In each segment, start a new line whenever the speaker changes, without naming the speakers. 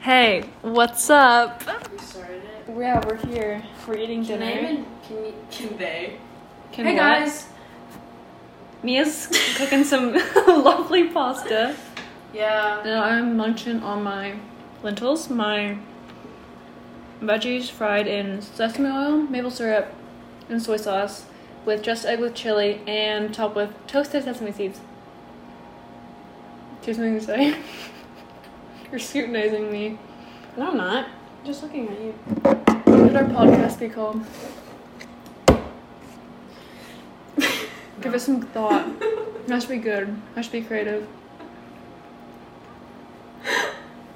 Hey, what's up?
We started it.
Yeah, we're here. We're eating
Can
dinner.
I even? Can you? Can they?
Can
hey
what?
guys.
Mia's cooking some lovely pasta.
Yeah.
And I'm munching on my lentils, my veggies fried in sesame oil, maple syrup, and soy sauce, with just egg with chili, and topped with toasted sesame seeds. Do you have something to say? You're scrutinizing me.
No, I'm not.
Just looking at you. What would our podcast be called? Give us some thought. that should be good. That should be creative.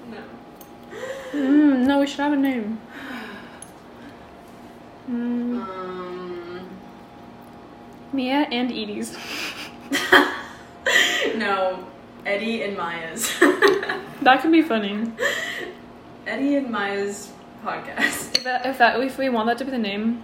No.
Mm, no, we should have a name. Mm,
Um.
Mia and Edie's.
no. Eddie and Maya's.
That could be funny.
Eddie and Maya's podcast.
If that, if that if we want that to be the name,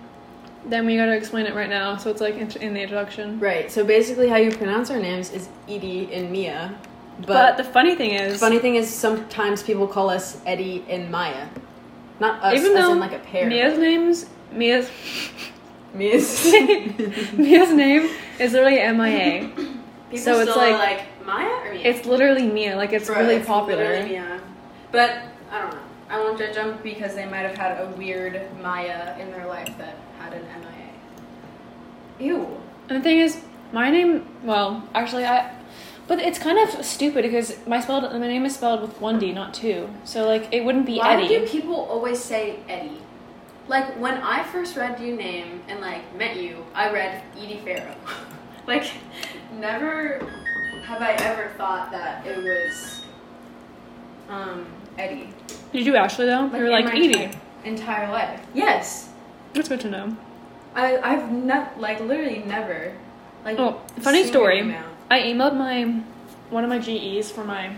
then we gotta explain it right now. So it's like in, in the introduction.
Right. So basically, how you pronounce our names is Edie and Mia.
But,
But,
the funny thing
the
is,
funny thing is, sometimes people call us Eddie and Maya, not us.
Even
as
though
in like a pair.
Mia's name's Mia's
Mia's.
Mia's name is literally M I A.
People
So it's
still are
like-
like Maya or Mia.
It's literally Mia. Like it's
Bro,
really
it's
popular.
literally Mia. But I don't know. I won't judge them because they might have had a weird Maya in their life that had an MIA. Ew.
And the thing is, my name, well, actually, I, but it's kind of stupid because my spelled my name is spelled with one D, not two. So like, it wouldn't be
Why
Eddie.
do people always say Eddie? Like when I first read your name and like met you, I read Edie Farrow. like never have I ever thought that it was um Eddie.
Did you actually though? you were
in
like
my
Edie.
enti- entire life. Yes.
That's good to know.
I I've not like literally never like
Oh, funny
seen
story.
your name out.
I emailed my one of my GEs for my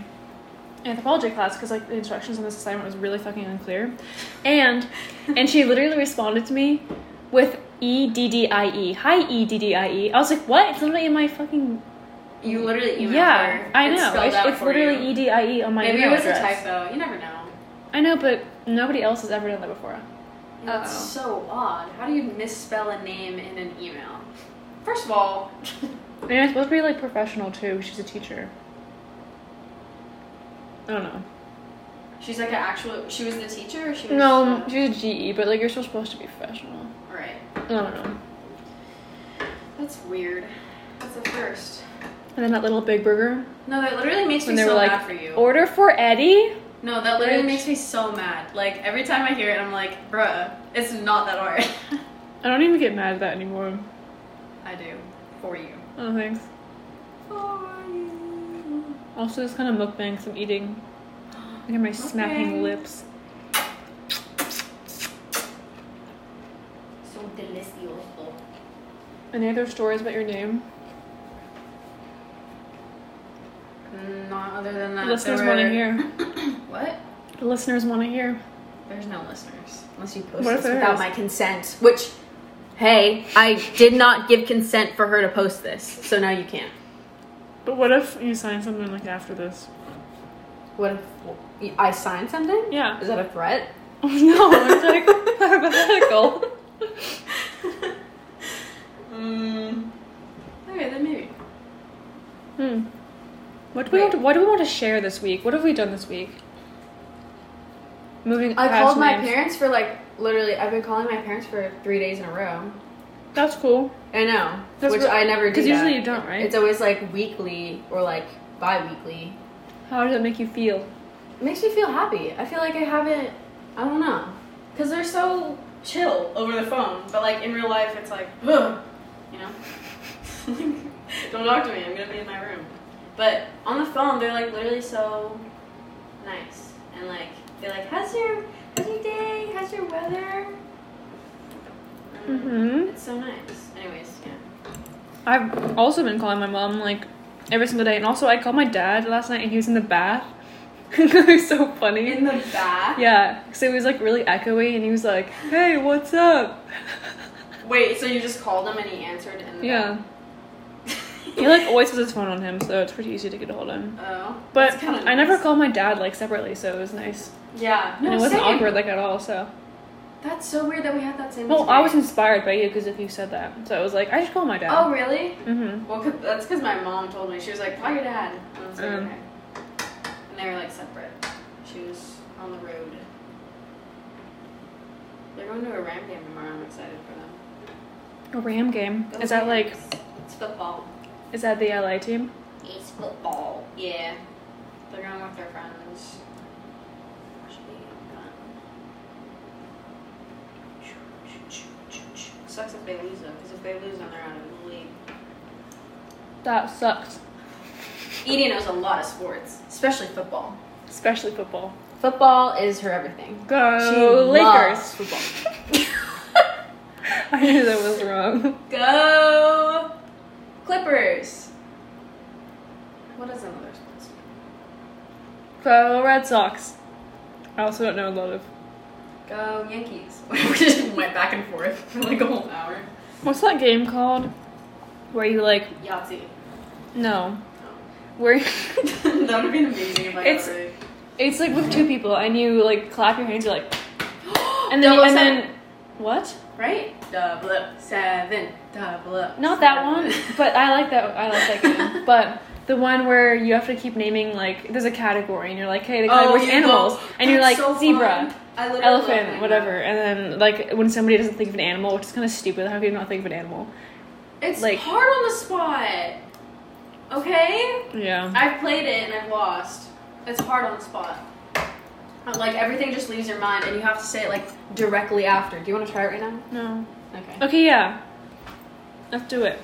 anthropology class because like the instructions on this assignment was really fucking unclear, and and she literally responded to me with E D D I E. Hi E D D I E. I was like, what? It's literally in my fucking
You literally emailed
yeah.
her.
I
It's
know.
spelled
It's,
out
it's
for
literally
you.
E D I E on my
Maybe it
email
was
address.
a typo. You never know.
I know, but nobody else has ever done that before. Uh-oh.
That's so odd. How do you misspell a name in an email? First of all,
And it's supposed to be like professional too. She's a teacher. I don't know.
she's like an actual. She was the teacher. Or she was
No, she's a GE, but like you're still supposed to be professional.
All right.
I don't know.
That's weird. That's the first.
And then that little Big Burger.
No, that literally makes
When
me
they were
so
like,
mad for you.
Order for Eddie.
no, that literally
Bitch.
makes me so mad. Like every time I hear it, I'm like, bruh, it's not that hard.
I don't even get mad at that anymore.
I do for you.
Oh, thanks.
For you.
Also, this kind of mukbangs I'm eating. Look at my smacking
Mukbang.
lips.
So delicioso.
Any other stories about your name?
Not other than that.
The listeners
Uh, there
want to
were-
hear.
What?
The listeners want to hear.
There's no listeners.
Unless you post
What
this
if it
without
is?
my consent, which, hey, I did not give consent for her to post this, so now you can't.
But what if you sign something like after this?
What if I signed something?
Yeah.
Is that a threat?
no, it's like hypothetical.
Mm. Okay, then maybe.
Hmm. What do we
Wait.
want to, what do we want to share this week? What have we done this week? Moving.
I
past
called my
names.
parents for like literally. I've been calling my parents for three days in a row.
That's cool.
I know,
That's
which
what-
I never do.
Because
that.
usually you don't, right?
It's always like weekly or like bi-weekly.
How does it make you feel?
It makes me feel happy. I feel like I haven't. I don't know.
Because they're so chill over the phone, but like in real life, it's like, ugh, you know? Don't talk to me, I'm gonna be in my room. But on the phone, they're like literally so nice. And like, they're like, how's your, how's your day? How's your weather? And
Mm-hmm.
It's so nice. Anyways, yeah.
I've also been calling my mom like every single day, and also I called my dad last night, and he was in the bath. it was so funny.
In the back.
yeah, so he was like really echoey, and he was like, "Hey, what's up?"
Wait, so you just called him and he answered in the
yeah,
back?
he like always has his phone on him, so it's pretty easy to get a hold of him.
Oh.
But
that's kinda
I never
nice.
called my dad like separately, so it was nice.
Yeah.
and it wasn't
same.
awkward like at all. So
That's so weird that we had that same.
well, I was
experience.
inspired by you because if you said that, so I was like, I should call my dad.
Oh really?
Mm-hmm.
Well, 'cause- that's because my mom told me. She was like, call your dad. And I was like,
Mm.
okay. And they were like separate. She was on the road. They're going to a Ram game tomorrow. I'm excited for them.
A Ram game.
Those
Is that like?
games. It's football.
Is that the LA team?
It's football. Yeah. They're going with their friends. Should be fun. Sucks if they lose though, because if they lose, then they're out of the league.
That sucks.
Edie knows a lot of sports, especially football.
Especially football.
Football is her everything.
Go
She loves
Lakers.
football.
I knew that was wrong.
Go Clippers. What is another sports?
Go Red Sox. I also don't know a lot of.
Go Yankees. we just went back and forth for like a whole hour.
What's that game called? Where you like
Yahtzee.
no.
Oh.
Where
that would be amazing if I
It's-
got right.
it's like with two people and you like clap your hands, you're like and then
Double
and
seven.
then what?
right? Double up seven. Double up.
Not that
seven.
one, but I like that I like that game. But the one where you have to keep naming like there's a category and you're like, hey, the category's
Oh, you
animals,
go-
and you're like
That's so
zebra,
fun. I literally love playing
elephant,
that.
whatever. And then like when somebody doesn't think of an animal, which is kind of stupid. How do you not think of an animal?
It's
Like-
hard on the spot. Okay?
Yeah.
I've played it and I've lost. It's hard on the spot. Uh, Like everything just leaves your mind and you have to say it like directly after. Do you want to try it right now?
No.
Okay.
Okay, yeah. Let's do it.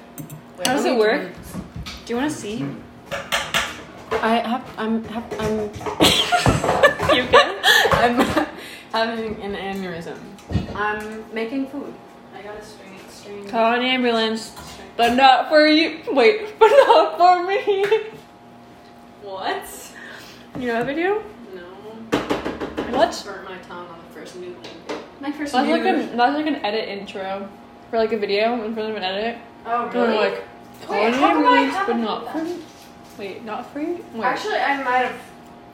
Wait,
How does
let
it
me
work?
do
Do you want to see? you
I have. I'm. Have, I'm.
good?
I'm having an aneurysm.
this. I'm making food. I got a string. String.
Call an ambulance,
string.
but not for you. Wait, but not for me.
What?
You know that video?
No. I
What?
just burnt my tongue on the first noodle. My first
That's like
noodle.
an that's like an edit intro for like a video in front of an edit.
oh
And
really?
I'm like, call
Wait,
an
how come I
ambulance, but
haven't
not for
done
me. Wait, not for you? Wait.
Actually, I might have,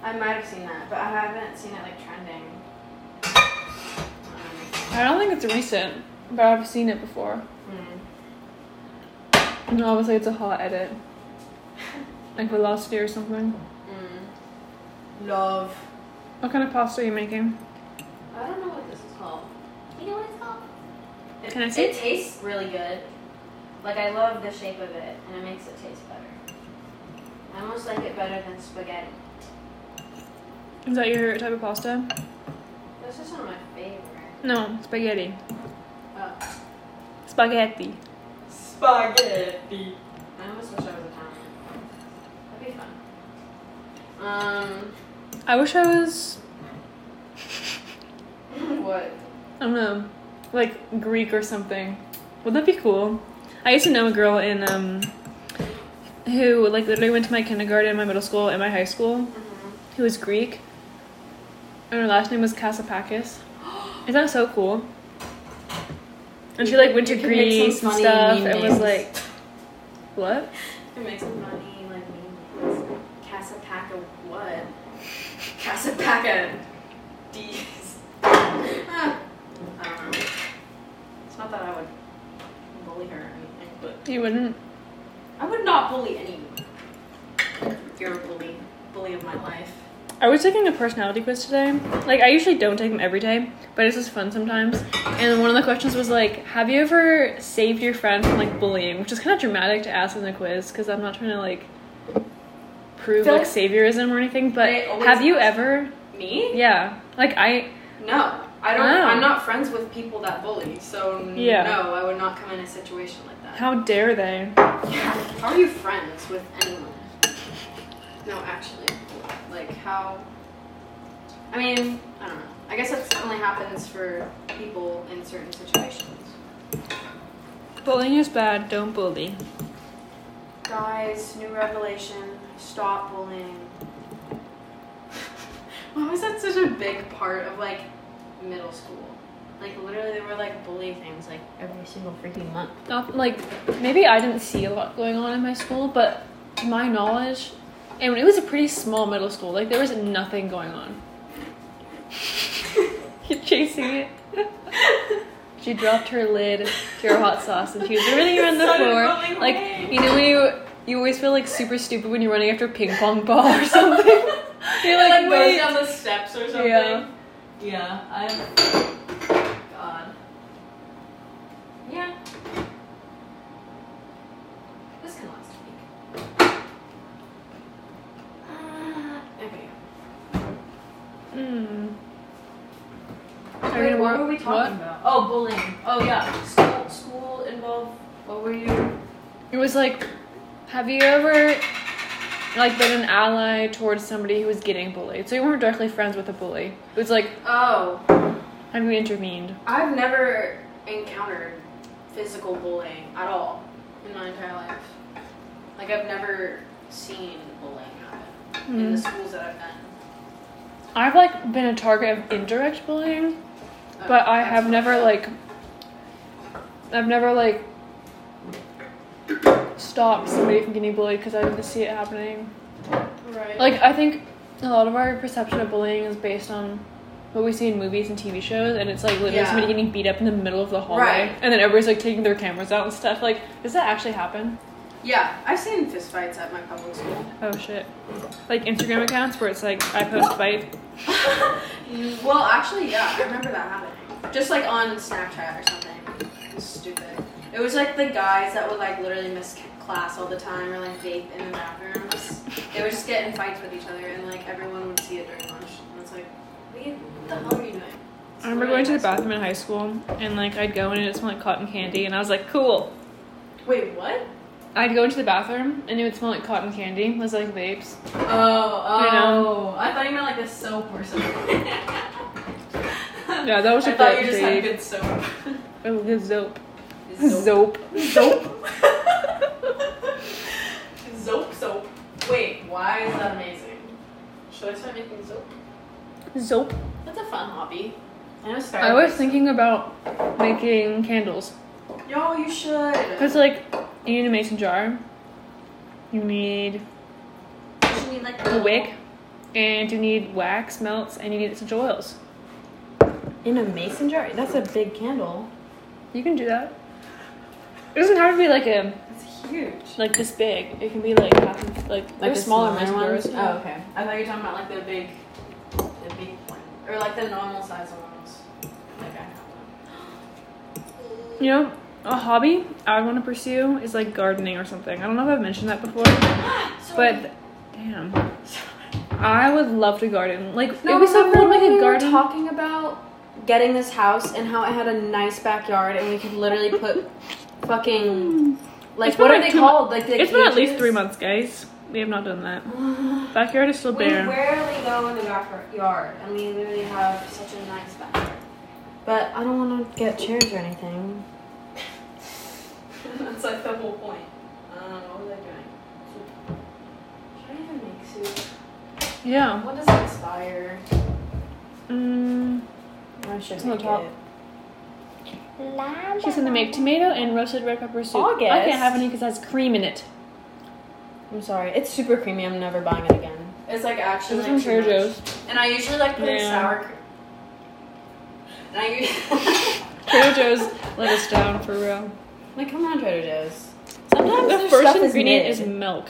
I might have seen that, but I haven't seen it like trending. Um,
I don't think it's recent, but I've seen it before.
Hmm.
And obviously, it's a hot edit, like Velocity or something.
Hmm.
Mm. Um, Love.
What kind of pasta are you making?
I don't know what this is called. You know what it's called? It,
Can I see?
It tastes really good. Like I love the shape of it, and it makes it taste better. I almost like it better than spaghetti.
Is that your type of pasta?
This is one of my favorite.
No, spaghetti.
Oh.
Spaghetti.
Spaghetti. I almost wish I was Italian. That'd be fun. Um,
I wish I was,
what?
I don't know, like Greek or something. Would that be cool? I used to know a girl in, um, who like literally went to my kindergarten, my middle school, and my high school,
Mm-hmm.
who was Greek. And her last name was Kassapakis. Isn't that so cool? And she like went to
You can make some
Greece and
funny
stuff
meme
and was
names.
like, what?
It makes some money, like memes. Casapaka what? Casapaka D's. ah. I don't know. It's not that I would bully her or anything, but
You wouldn't?
I would not bully anyone. You're a bully. Bully of my life.
I was taking a personality quiz today. Like I usually don't take them every day, but it's just fun sometimes. And one of the questions was like, "Have you ever saved your friend from like bullying?" Which is kind of dramatic to ask in the quiz because I'm not trying to like prove
Feel
like
like-
saviorism or anything. But
They always
have you
ask-
ever?
Me?
Yeah, like I.
No. I don't
Oh.
I'm not friends with people that bully, so
Yeah.
no, I would not come in a situation like that.
How dare they?
Yeah. How are you friends with anyone? No, actually. Like, how. I mean, I don't know. I guess that only happens for people in certain situations.
Bullying is bad. Don't bully.
Guys, new revelation. Stop bullying. Why was that such a big part of, like, middle school? Like, literally, there were, like, bully things, like, every single freaking month.
Not like maybe I didn't see a lot going on in my school, but to my knowledge, and it was a pretty small middle school. Like there was nothing going on. JC. She dropped her lid to her hot sauce and she was running around the
Started
floor.
running
Like,
away.
you know, when you, you always feel like super stupid when you're running after a ping pong ball or something. You're
It,
like,
like
wait.
goes down the steps or something.
Yeah.
Yeah, I'm. God. Yeah. This can last a week. Uh, okay.
Mm.
Wait,
Are we gonna
what
walk-
were we talking about? Oh, bullying. Oh yeah, school. School involved. What were you?
It was like, have you ever like been an ally towards somebody who was getting bullied? So you weren't directly friends with a bully. It was like,
Oh,
have you intervened?
I've never encountered physical bullying at all in my entire life. Like I've never seen bullying happen
Mm-hmm.
in the schools that I've been.
I've like been a target of indirect bullying,
Oh,
but I
that's
have
not
never
bad.
like, I've never like stopped somebody from getting bullied because I didn't see it happening.
Right.
Like I think a lot of our perception of bullying is based on what we see in movies and TV shows, and it's like literally
Yeah.
somebody getting beat up in the middle of the hallway,
Right.
and then everybody's like taking their cameras out and stuff. Like, does that actually happen?
yeah, I've seen fistfights at my public school.
Oh shit! Like Instagram accounts where it's like I post fight.
well, actually, yeah, I remember that happening. Just like on Snapchat or something. It was stupid. It was like the guys that would like literally miss c- class all the time or like vape in the bathrooms. They would just get in fights with each other and like everyone would see it during lunch. And it's like, what you- what the hell are you doing?
I remember going to the bathroom in high school, and like I'd go in and it smelled like cotton candy, and I was like, cool.
Wait, what?
I'd go into the bathroom and it would smell like cotton candy. It was like vapes.
Oh, oh.
You
I thought you meant like a soap or something.
Yeah, that was
I
just
thought
like
you just had
vape.
good soap.
Oh, good zope.
Soap.
Zope.
Zope. Zope soap. Wait, why is that amazing? Should I start making soap?
Zope.
That's a fun hobby. I'm a
I was thinking about making candles.
Yo, you should.
Because, like, you need a mason jar, you need
you should need like
a wick, and you need wax melts, and you need essential oils.
In a mason jar? That's a big candle.
You can do that. It doesn't have to be like a
That's huge.
like this big. It can be like half of, like
Like
like
a
smaller mason jars.
Oh, okay.
I thought you were talking about like the big, the big one, or like the normal size ones. Like I have one.
You know, a hobby I would want to pursue is like gardening or something. I don't know if I've mentioned that before, but damn, I would love to garden. Like
No,
it was so cool to
like
make a
we were
garden.
talking about getting this house and how it had a nice backyard and we could literally put fucking like
It's been
what are
like
they
two mo-
called? Like the
it's been at least
cages?
three months, guys. We have not done that. Backyard is still
We
bare.
rarely go in the backyard, and we literally have such a nice backyard. But I don't want to get chairs or anything.
That's like the whole point. Um, what was I doing? Soup. Should I even make soup?
Yeah.
What does it inspire?
Mm,
I should
It's on the
make
top.
it.
she's gonna make tomato and roasted red pepper soup.
August.
I can't have any because it has cream in it.
I'm sorry, it's super creamy. I'm never buying it again.
It's like
This
actually
is
like,
from
too
Trader
much.
Joe's.
And I usually like put in
Yeah.
sour cream. And I usually
Trader Joe's let us down for real.
Like, come on, Trader Joe's.
the
Sometimes their
first
stuff
ingredient
is,
is,
mid.
milk.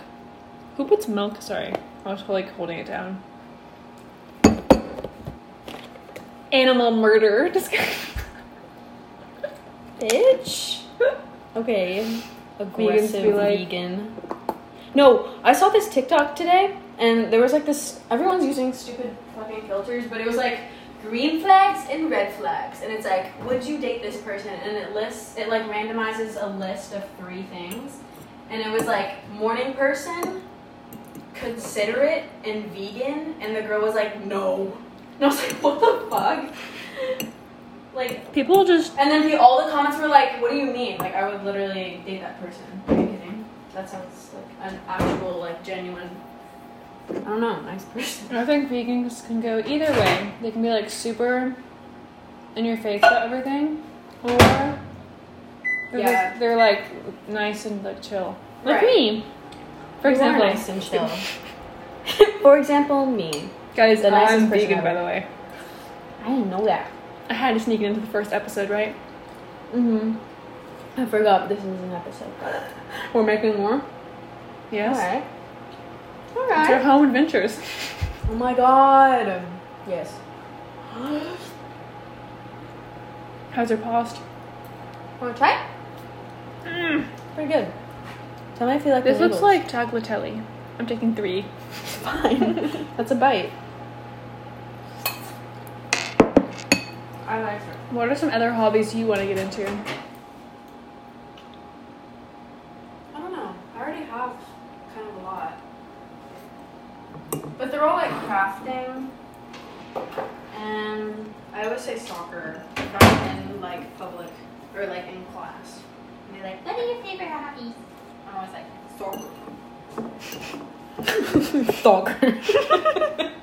Who puts milk? Sorry, I was like holding it down. Animal murder. Just kidding.
Bitch. Okay. Aggressive
be like-
vegan. No, I saw this TikTok today, and there was like this. Everyone's using
stupid fucking filters, but it was like green flags and red flags, and it's like, would you date this person? And it lists, it like randomizes a list of three things, and it was like morning person, considerate, and vegan, and the girl was like, no, and I was like, what the fuck? Like,
People just
and then the, all the comments were like, "What do you mean? Like, I would literally date that person." Are you kidding? That sounds like an actual, like, genuine.
I don't know, nice person.
I think vegans can go either way. They can be like super in your face about everything, or they're,
Yeah.
like, they're like nice and like chill. Like
Right.
me, for
You are
example.
nice and chill. For example, me.
Guys,
The nicest
I'm
person
vegan
ever.
by the way.
I didn't know that.
I had to sneak it into the first episode, right?
Mm-hmm. I forgot this is an episode.
We're making more. Yes.
Alright.
It's our
Alright.
home adventures.
Oh my god. Yes.
How's your past?
Wanna try it? Pretty good. Tell me if you like
This
the
looks like
noodles.
tagliatelle. I'm taking three.
fine. That's a bite. I like it.
What are some other hobbies you want to get into?
I don't know. I already have kind of a lot. But they're all like crafting. And I always say soccer if I'm in like public or like in class. And they're like, what are your favorite hobbies? I'm always like, soccer.
Stalker.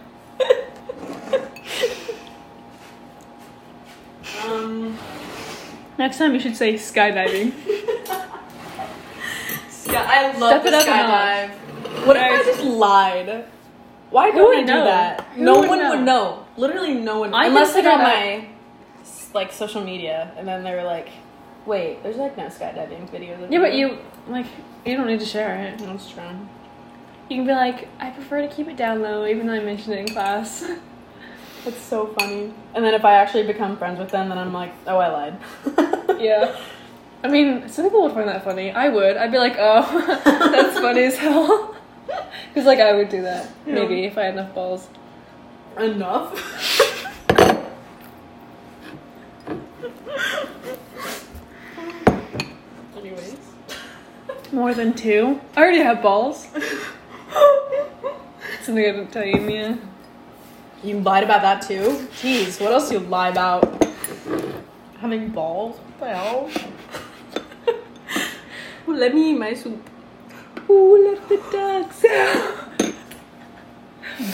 Um,
Next time you should say skydiving.
sky- I love
Step it
the
up a
skydive.
What if I
Guys.
just lied? Why
Who
don't I
would
do
know?
that?
Who
no
would
one
know?
would know. Literally, no one.
I
unless they
consider
got
that-
my s- like social media, and then they were like, "Wait, there's like no skydiving videos." of
yeah, but you like you don't need to share it.
That's true.
You can be like, I prefer to keep it down low, even though I mentioned it in class.
It's so funny. And then if I actually become friends with them, then I'm like, "Oh, I lied."
yeah. I mean, some people would find that funny. I would. I'd be like, oh, that's funny as hell. Because like I would do that
Yeah.
maybe if I had enough balls.
Enough. Anyways.
More than two. I already have balls. Something I didn't tell you, Mia.
You lied about that too? Jeez, what else you lie about? Having balls? What the hell? Ooh, let me eat my soup.
Ooh, let the dogs out.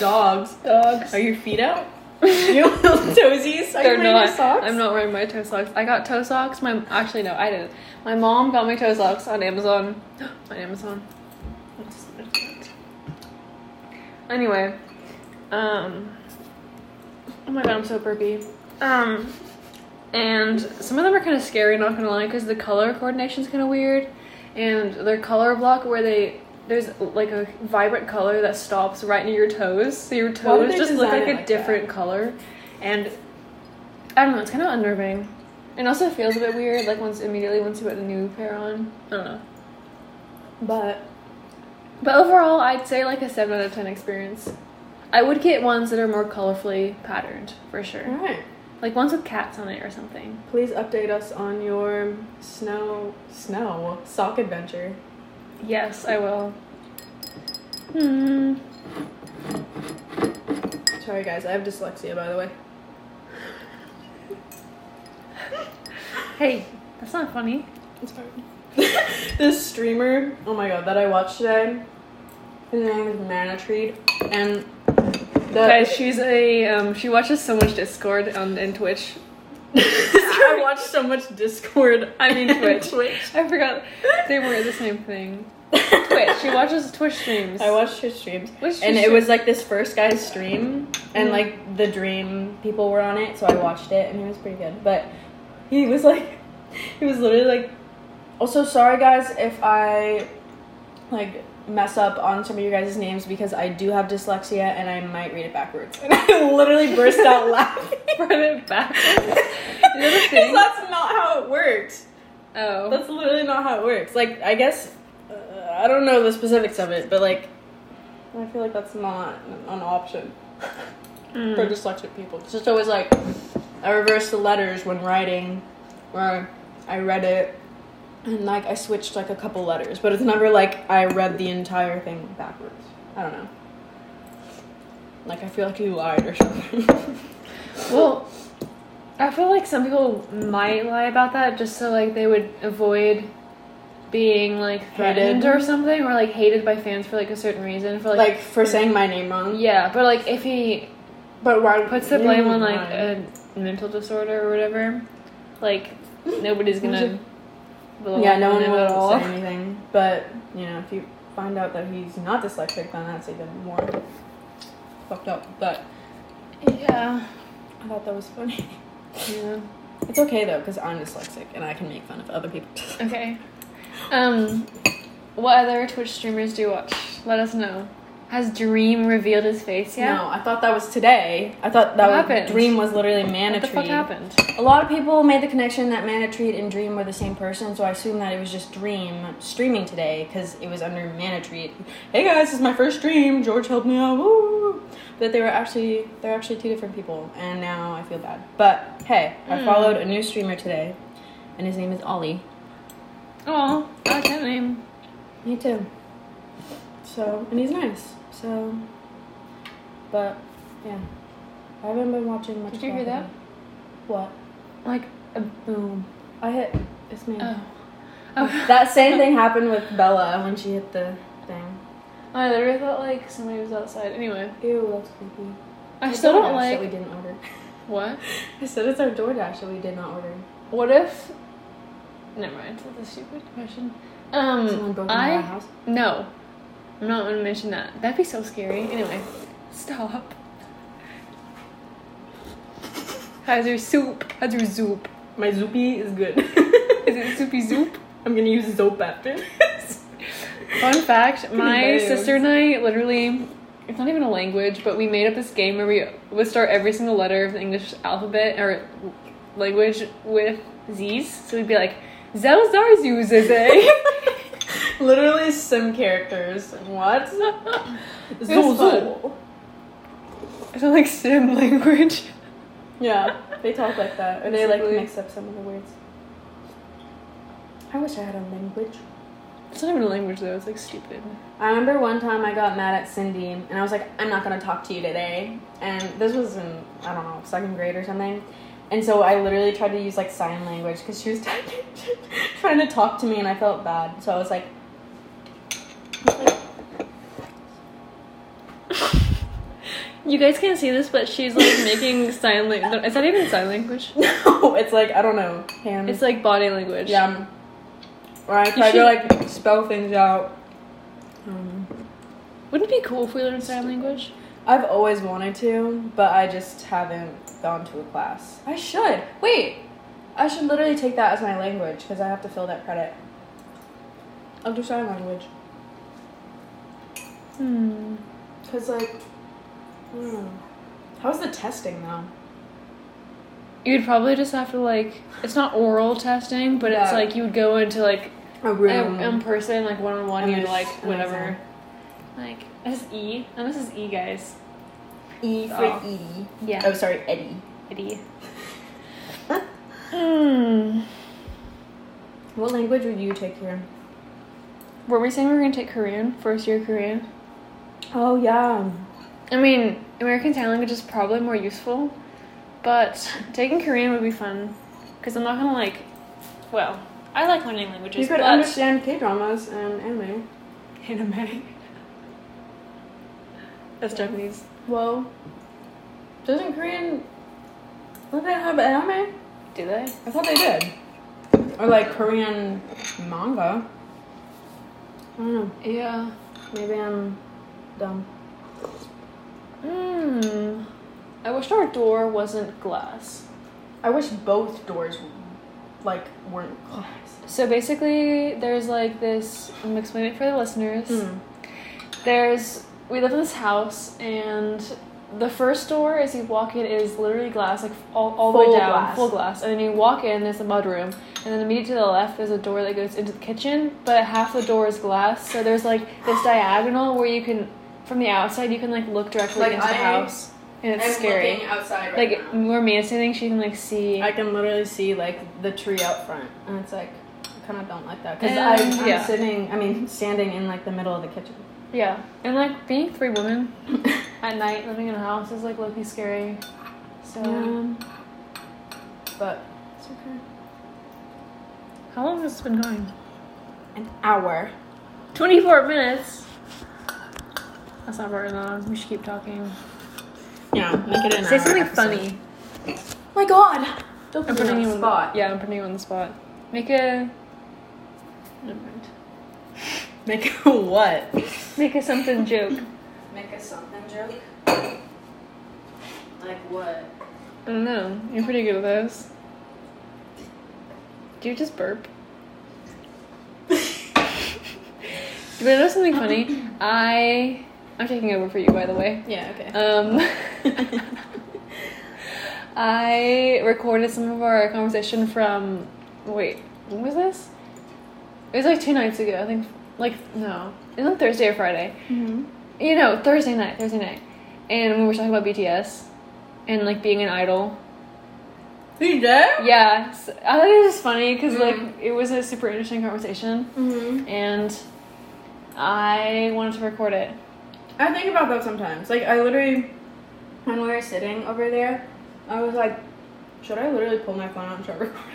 Dogs.
Dogs.
Are your feet out? You toesies? Are
They're
you wearing your
not.
socks?
I'm not wearing my toe socks. I got toe socks. My actually no, I didn't. My mom got my toe socks on Amazon. on Amazon. Anyway, um, oh my god, I'm so burpy. Um, and some of them are kind of scary. Not gonna lie, because the color coordination's kind of weird, and their color block where they. There's like a vibrant color that stops right near your toes, so your
Why would
toes
they
just look like
design it
a
like that?
different color. And I don't know, it's kind of unnerving. And also feels a bit weird, like once immediately once you put a new pair on. I don't know. But but overall, I'd say like a seven out of ten experience. I would get ones that are more colorfully patterned for sure,
Alright.
like ones with cats on it or something.
Please update us on your snow snow sock adventure.
Yes, I will. Hmm.
Sorry guys, I have dyslexia by the way.
Hey, that's not funny.
It's fine. this streamer, oh my god, that I watched today. His name is Manatreed, and the,
Uh, Guys, she's a um, she watches so much Discord on and Twitch.
I watched so much Discord.
I mean
and
Twitch.
Twitch.
I forgot they were the same thing. Twitch. She watches Twitch streams.
I watched his streams,
Which
and
Twitch
it was like this first guy's stream, and
Mhm.
like the dream people were on it, so I watched it, and it was pretty good. But he was like, he was literally like, also sorry guys if I like mess up on some of your guys' names because I do have dyslexia and I might read it backwards. And I literally burst out laughing.
stream. Run it back. You know the
'Cause
thing-
that's not how it works.
Oh.
That's literally not how it works. Like, I guess, uh, I don't know the specifics of it, but like, I feel like that's not an option
Mm.
for dyslexic people. It's just always like, I reverse the letters when writing, or I read it, and like, I switched like a couple letters, but it's never like I read the entire thing backwards. I don't know. Like, I feel like you lied or something.
Well, I feel like some people might lie about that just so like they would avoid being like threatened
Hated.
or something or like hated by fans for like a certain reason for like,
like, for saying my name wrong.
yeah, but like if he
But why
puts the blame on like
Why?
a mental disorder or whatever, like nobody's gonna blow
Yeah,
up
no
on
one
him
will
at all.
say anything. But you know, if you find out that he's not dyslexic, then that's even more fucked up. But
Yeah.
I thought that was funny.
Yeah.
It's okay though, because I'm dyslexic and I can make fun of other people.
Okay. Um, what other Twitch streamers do you watch? Let us know. Has Dream revealed his face yet?
No, I thought that was today. I thought that
What
was,
happened?
Dream was literally
What the
Manatee.
fuck happened?
A lot of people made the connection that Mana Treat and Dream were the same person, so I assumed that it was just Dream streaming today because it was under Mana Treat. Hey guys, this is my first stream. George helped me out. Woo! But they were actually they're actually two different people, and now I feel bad. But hey,
Hmm.
I followed a new streamer today, and his name is Ollie.
Oh, I like that name.
Me too. So and he's nice. So, but yeah, I haven't been watching much.
Did you hear
about
that?
him. What?
Like a boom.
I hit. It's me.
Oh. Oh.
That same thing happened with Bella when she hit the thing.
I literally thought like somebody was outside. Anyway,
Ew, that's creepy.
I still don't
DoorDash that we
like
didn't order.
what.
I said it's our DoorDash that we did not order.
What if? Never mind. That's a stupid question.
Someone
Um,
broke into our
I
house.
no, I'm not gonna mention that. That'd be so scary. Anyway, stop. How's your soup? How's your zoop?
My Zoopy is good.
Is it soupy zoop?
I'm gonna use Zope after.
Fun fact: My
Nails.
sister and I literally. It's not even a language, but we made up this game where we would start every single letter of the English alphabet or language with Z's. So we'd be like, Zell Zar Zoo Zay.
Literally some characters. What?
was fun. It's not like sim language.
Yeah, they talk like that, or they like
Basically.
mix up some of the words. I wish I had a language.
It's not even a language though. It's like stupid.
I remember one time I got mad at Cindy and I was like, I'm not gonna talk to you today. And this was in, I don't know, second grade or something. And so I literally tried to use like sign language because she was typing, trying to talk to me and I felt bad. So I was like,
You guys can't see this, but she's like making sign language. Is that even sign language?
no, it's like, I don't know, hands.
It's like body language.
yeah. Or I try to
should-
like spell things out. Um,
Wouldn't it be cool if we learned sign language?
I've always wanted to, but I just haven't gone to a class. I should. Wait, I should literally take that as my language because I have to fill that credit. I'll do sign language.
Hmm.
Because, like, I don't know. How's the testing though?
You'd probably just have to like. It's not oral testing, but it's
Yeah.
like you would go into like
A
in, in person, like one on one.
And
You'd
there's-
like
and there's
whatever. Like this is E, and this is E, guys.
E for
Oh.
Edie.
Yeah.
Oh, sorry, Eddie.
Eddie. Hmm.
What language would you take here?
Were we saying we were gonna take Korean first year Korean?
Oh, yeah.
I mean, American Sign Language is probably more useful, but taking Korean would be fun because I'm not gonna like. Well, I like learning languages.
You could
but
understand K dramas and anime.
anime. That's Japanese.
Well, doesn't Korean. Don't they have anime?
Do they?
I thought they did. Or like Korean manga. I don't know.
Yeah.
Maybe I'm dumb.
Hmm. I wish our door wasn't glass.
I wish both doors like weren't glass.
So basically, there's like this. I'm explaining it for the listeners.
Hmm.
There's we live in this house and the first door as you walk in is literally glass, like all, all the way
Full
down,
glass.
full glass. And then you walk in, there's a mudroom, and then immediately to the left there's a door that goes into the kitchen, but half the door is glass. So there's like this diagonal where you can, from the outside, you can like look directly
Like,
into the
I-
house, and it's
I'm
scary.
looking outside right
Like
now.
where Mia's standing, she can like see.
I can literally see like the tree out front, and it's like I kind of don't like that because
And-
I'm
yeah.
sitting. I mean, standing in like the middle of the kitchen.
yeah, and like being three women at night living in a house is like low-key scary. So
Um, but it's okay.
how long has this been going?
An hour.
24 minutes. That's not very long. We should keep talking.
Yeah, make it an
Say
hour
something
episode.
funny.
My God, don't
I'm
put me
putting
on
you
the
on
spot.
The, yeah, I'm putting you on the spot. Make a. Never mind.
Make what?
Make a something joke.
Make a something joke. Like what?
I don't know. You're pretty good at those. Do you just burp? Do you know something funny? I I'm taking over for you, by the way.
Yeah, okay.
Um, I recorded some of our conversation from. Wait, when was this? It was like two nights ago. I think. Like no, it was on Thursday or Friday.
mm-hmm.
You know, Thursday night, Thursday night, and we were talking about BTS and like being an idol.
He did?
Yeah, s I thought it was funny because
Mhm.
like it was a super interesting conversation,
Mm-hmm.
and I wanted to record it.
I think about that sometimes. Like, I literally, when we were sitting over there, I was like, should I literally pull my phone out and start recording?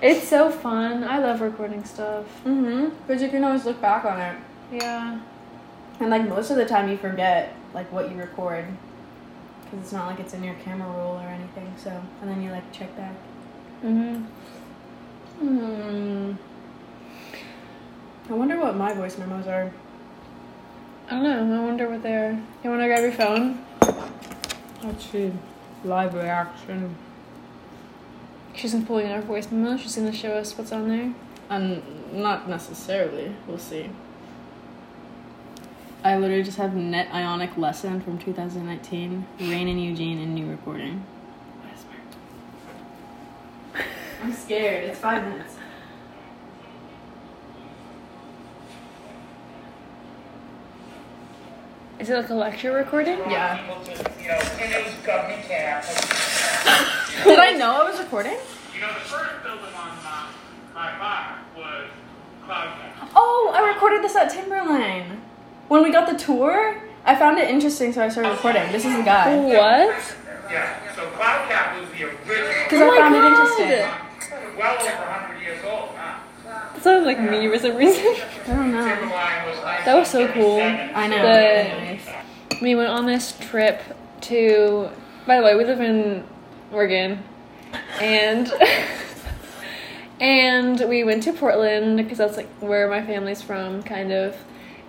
It's so fun. I love recording stuff.
Mm-hmm. Because you can always look back on it.
Yeah.
And, like, most of the time you forget, like, what you record. Because it's not like it's in your camera roll or anything, so. And then you, like, check back.
hmm
Hmm. I wonder what my voice memos are.
I don't know. I wonder what they're. You want to grab your phone?
Let's see. Live reaction.
She's been pulling our voice memo. She's gonna show us what's on there.
Um, not necessarily. We'll see. I literally just have Net Ionic lesson from 2019, Rain in Eugene, and new recording.
I'm scared. It's five minutes.
Is it like a lecture recording?
Yeah.
People to, you know, and those government cabs.
Did I know I was recording?
You know, the first building on my, my block was Cloud Cabs.
Oh, I recorded this at Timberline. When we got the tour, I found it interesting, so I started recording. This is the guy.
What?
Yeah, so Cloud Cab was the original.
Because
Oh
I
my
found
God.
it interesting.
Well over 100 years old, huh?
That sounded like me for some reason.
I don't know.
Timberline was like.
That was so cool.
I know.
The-
Anyways.
we went on this trip to. By the way, we live in Oregon, and and we went to Portland because that's like where my family's from, kind of.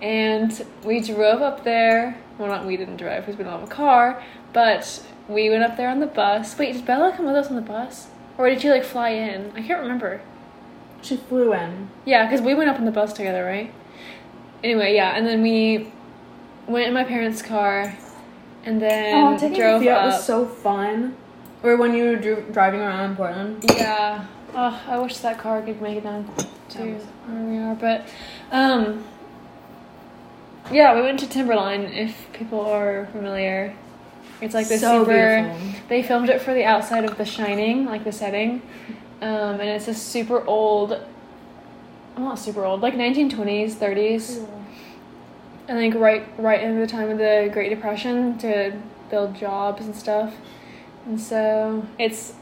And we drove up there. Well, not we didn't drive because we don't have a car, but we went up there on the bus. Wait, did Bella come with us on the bus, or did she like fly in? I can't remember.
She flew in.
Yeah, because we went up on the bus together, right? Anyway, yeah, and then we went in my parents' car, and then
oh, taking
drove
Fiat
up.
was so fun. Or when you were dri- driving around in Portland.
yeah. Oh, I wish that car could make it down to
That was-
where we are, but um, yeah, we went to Timberline. If people are familiar, it's like this
so
super.
beautiful.
They filmed it for the outside of The Shining, like the setting, um, and it's a super old. well, Not super old, like 1920s, 30s. I think right right in the time of the Great Depression to build jobs and stuff. And so it's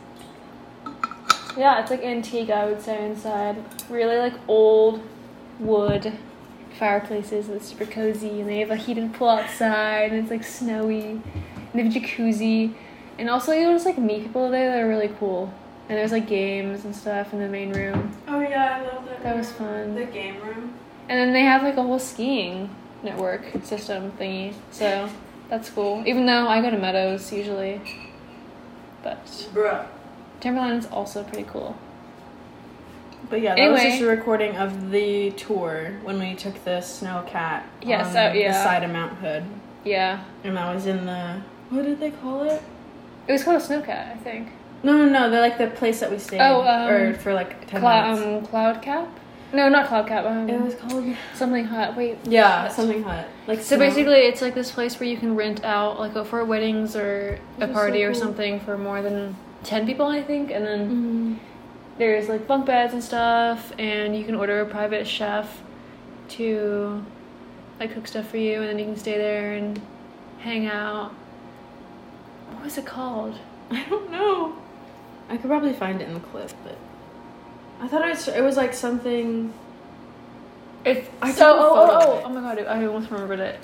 yeah, it's like antique I would say inside. Really like old wood fireplaces that's super cozy and they have a heated pool outside and it's like snowy and they have a jacuzzi and also you just like meet people there that are really cool. And there's like games and stuff in the main room.
Oh yeah, I love that.
That was
room.
fun.
The game room.
And then they have like a whole skiing network system thingy. So that's cool. Even though I go to Meadows usually. But
Bruh.
Timberline is also pretty cool.
But yeah, that was
Anyway.
just a recording of the tour when we took the snow cat
Yeah,
on
so- yeah.
the side of Mount Hood.
Yeah.
And that was in the what did they call it?
It was called a snowcat, I think.
No, no, no. They're like the place that we stayed.
Oh, um,
or for like ten
Cla- um,
minutes.
cloud cap? No, not cloud cap. Um,
it was called
something hot. Wait.
yeah
Hut.
something hot. Like
um, So
snow-
basically, it's like this place where you can rent out, like, for weddings or a
This is so
party or
cool.
something for more than 10 people, I think. And then
Mhm.
there's like bunk beds and stuff and you can order a private chef to like cook stuff for you and then you can stay there and hang out what was it called
I don't know. I could probably find it in the clip, but I thought it was, it was like something.
it's
I
so
took a
oh, oh
photo
oh
of
oh my god i almost remembered it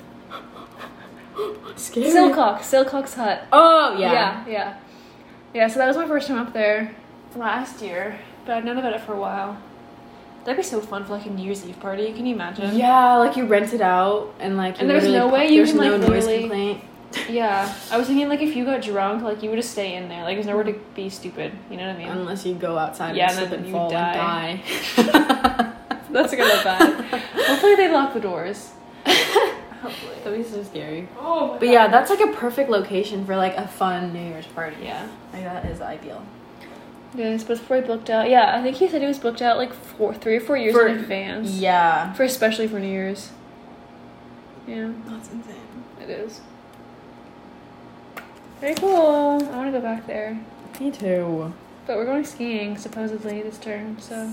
Scary.
silcock silcock's hut
Oh yeah.
yeah yeah yeah so that was my first time up there last year but i'd known about it for a while that'd be so fun for like a new year's eve party can you imagine
Yeah, like you rent it out and like you
And there's
literally
no
put-
way you
there's
can,
no
like,
noise
literally-
complaint.
Yeah, I was thinking like if you got drunk, like you would just stay in there. Like there's nowhere to be stupid. You know what I mean?
Unless you go outside
Yeah,
and slip
then
and
you
fall
die.
and die.
That's gonna look bad. Hopefully they lock the doors. Hopefully.
That'd be so scary.
Oh, my
But yeah, that's like a perfect location for like a fun New Year's party.
Yeah.
Like that is ideal.
Yes, but before he booked out, yeah, I think he said he was booked out like four, three or four years
For-
in advance.
Yeah.
For especially for New Year's. Yeah,
That's insane.
it is. Very cool. I want to go back there,
Me too.
but we're going skiing supposedly this term. So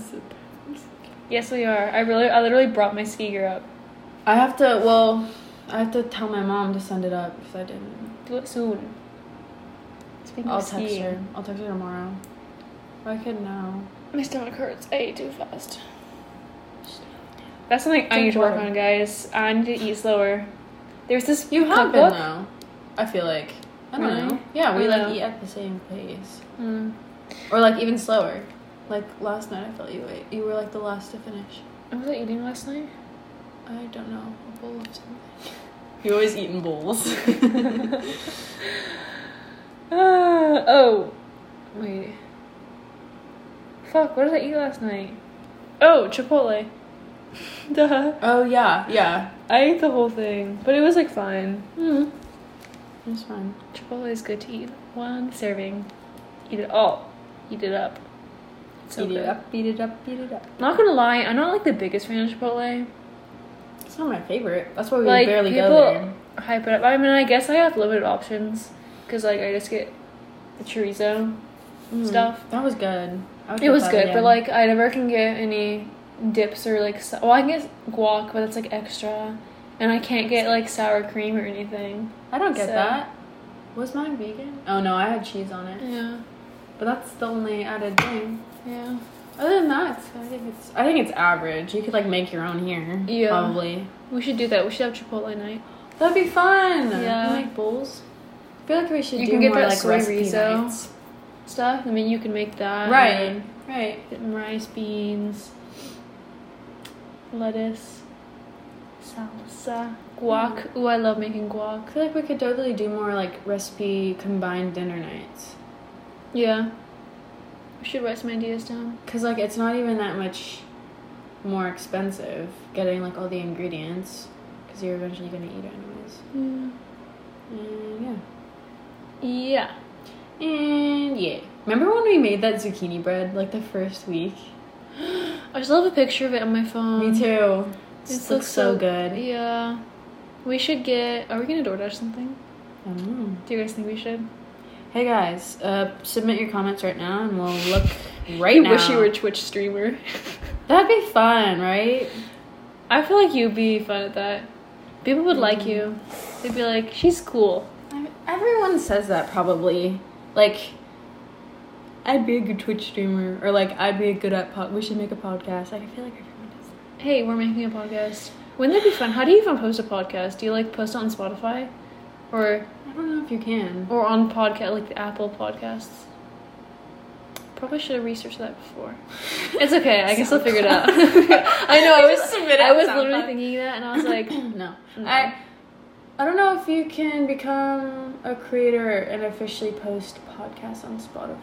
yes, we are. I really, I literally brought my ski gear up.
I have to well, I have to tell my mom to send it up because I didn't.
Do it soon. Speaking
I'll
of
text
skiing,
her. I'll text her tomorrow. I could know.
my stomach hurts. I ate too fast. That's something I
Drink
need to work
water.
on, guys. I need to eat slower. There's this
You have been
cookbook.
though. I feel like. I don't
Really?
know. Yeah, we
I
like
know.
eat at the same pace.
Mm.
Or like even slower. Like last night I felt you ate. You were like the last to finish.
What was I eating last night?
I don't know. A bowl of something. You always eat in bowls.
Uh, oh, wait. Fuck, what did I eat last night? Oh, Chipotle. Duh.
oh yeah, yeah.
I ate the whole thing, but it was like fine.
Mm. It's fine.
Chipotle is good to eat. One serving. Eat it all. Eat it up. It's so
beat
good.
it up, beat it up, beat it up.
Not gonna lie, I'm not like the biggest fan of Chipotle.
It's not my favorite. That's why we
Like,
barely
people-
go there.
Hype it up. I mean, I guess I have limited options because like I just get the chorizo
Mm.
stuff.
That was good. I would
It
get
was
that
good,
again.
but like I never can get any dips or like so- well I can get guac, but that's like extra, and I can't get like sour cream or anything.
I don't get
so-
that. Was mine vegan? Oh no, I had cheese on it.
Yeah,
But that's the only added thing.
yeah.
Other than that, it's, I think it's I think it's average. You could like make your own here.
Yeah.
Probably.
We should do that. We should have Chipotle night.
That'd be fun.
Yeah.
You make bowls. I feel like we should
You
do
can get
more
that
like
soy
recipe
riso.
nights.
Stuff. I mean, you can make that.
Right. Right.
and rice beans, lettuce, salsa, guac.
Mm.
Ooh, I love making guac.
I feel like we could totally do more like recipe combined dinner nights.
Yeah. We should write some ideas down.
Cause like it's not even that much more expensive getting like all the ingredients, cause you're eventually gonna eat it anyways.
Yeah.
And
Yeah.
yeah. And yeah. Remember when we made that zucchini bread like the first week?
I just love a picture of it on my phone.
Me too. Um, It
This
looks, so good.
Yeah. We should get. Are we gonna DoorDash something?
I don't know.
Do you guys think we should?
Mm. Hey guys, uh, submit your comments right now, and we'll look right
I
now.
wish you were a Twitch streamer.
That'd be fun, right?
I feel like you'd be fun at that. People would like
Mm.
you. They'd be like, she's cool.
I- Everyone says that probably. Like, I'd be a good Twitch streamer, or like I'd be a good at pod. We should make a podcast. Like, I feel like everyone does. That.
Hey, we're making a podcast. Wouldn't that be fun? How do you even post a podcast? Do you like post it on Spotify, or
I don't know if you can.
or on podcast like the Apple Podcasts? Probably should have researched that before. It's okay. I guess I'll figure it out. I know. I
You
was
just submit it
I
on
was literally
SoundCloud.
thinking that, and I was like,
no, I. I don't know if you can become a creator and officially post podcasts on Spotify.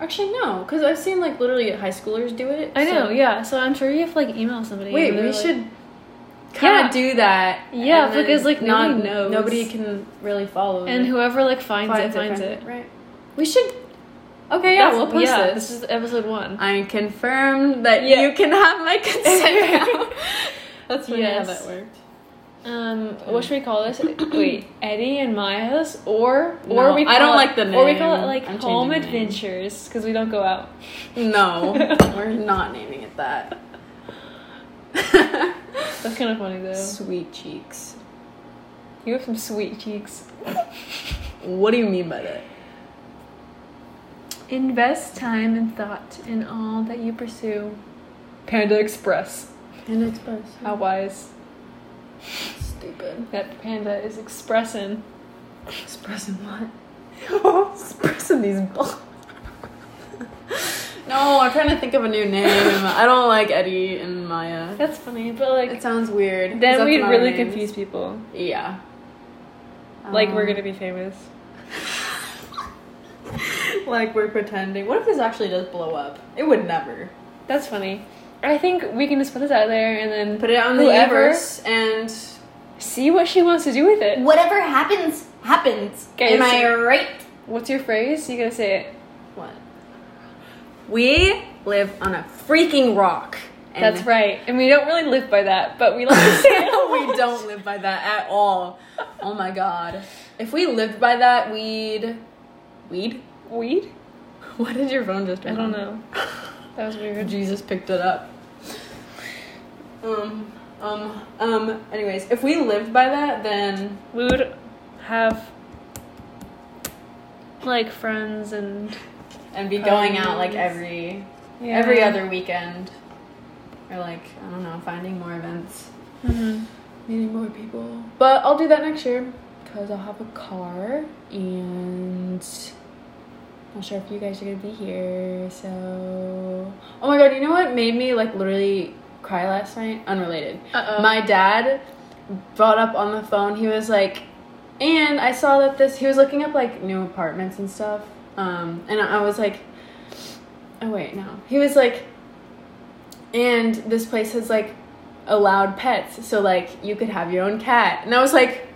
Actually, no, because I've seen like literally high schoolers do it.
I
so-
know, yeah. So I'm sure you have to like email somebody.
Wait,
and
we
they're like-
should kind
Yeah.
of do that.
Yeah,
and then
because, like,
not-
nobody knows.
Nobody can really follow.
And
it.
whoever like finds, it
finds
finds it.
Right. We should. Okay, yeah,
That's-
we'll post
yeah,
this.
is episode one.
I confirmed that
Yeah.
you can have my consent now. That's
funny how that
worked.
Um, what should we call this? Wait, Eddie and Maya's, or
No,
or we. Call
I don't
it-
like the
Or we call it
name.
like
I'm
Home
changing the name.
Adventures because we don't go out.
No, we're not naming it that.
That's kind of funny though.
Sweet cheeks.
You have some sweet cheeks.
What do you mean by that?
Invest time and thought in all that you pursue. Panda Express.
And express.
How wise
stupid.
that panda is expressing.
Expressing what? expressing these balls. no, I'm trying to think of a new name. I don't like Eddie and Maya.
That's funny, but like
It sounds weird. 'cause
Then
that's
we'd
not
really
our names.
confuse people.
Yeah.
Like we're
Um,
gonna be famous.
like we're pretending. What if this actually does blow up? It would never.
That's funny. I think we can just put this out there and then
Put it out in the
Whoever-
universe and
see what she wants to do with it.
whatever happens, happens.
Okay,
Am
so-
I right?
What's your phrase? You gotta say it.
What? We live on a freaking rock. and-
That's right. And we don't really live by that, but we like to say it. a lot.
we don't live by that at all. Oh my god. If we lived by that, we'd weed.
Weed?
What did your phone just?
I
turn
don't
on?
know. That was weird.
Jesus picked it up. Um, um, um. Anyways, if we lived by that, then
We would have like friends and
and be going out like
Puns.
every
yeah.
every other weekend, or like I don't know, finding more events,
Mhm.
meeting more people. But I'll do that next year because I'll have a car and. Not sure if you guys are gonna be here, so. Oh my god, you know what made me like literally cry last night? Unrelated.
Uh-oh.
My dad brought up on the phone, he was like, and I saw that this, he was looking up like new apartments and stuff. Um, and I was like, oh wait, no. He was like, and this place has like allowed pets, so like you could have your own cat. And I was like,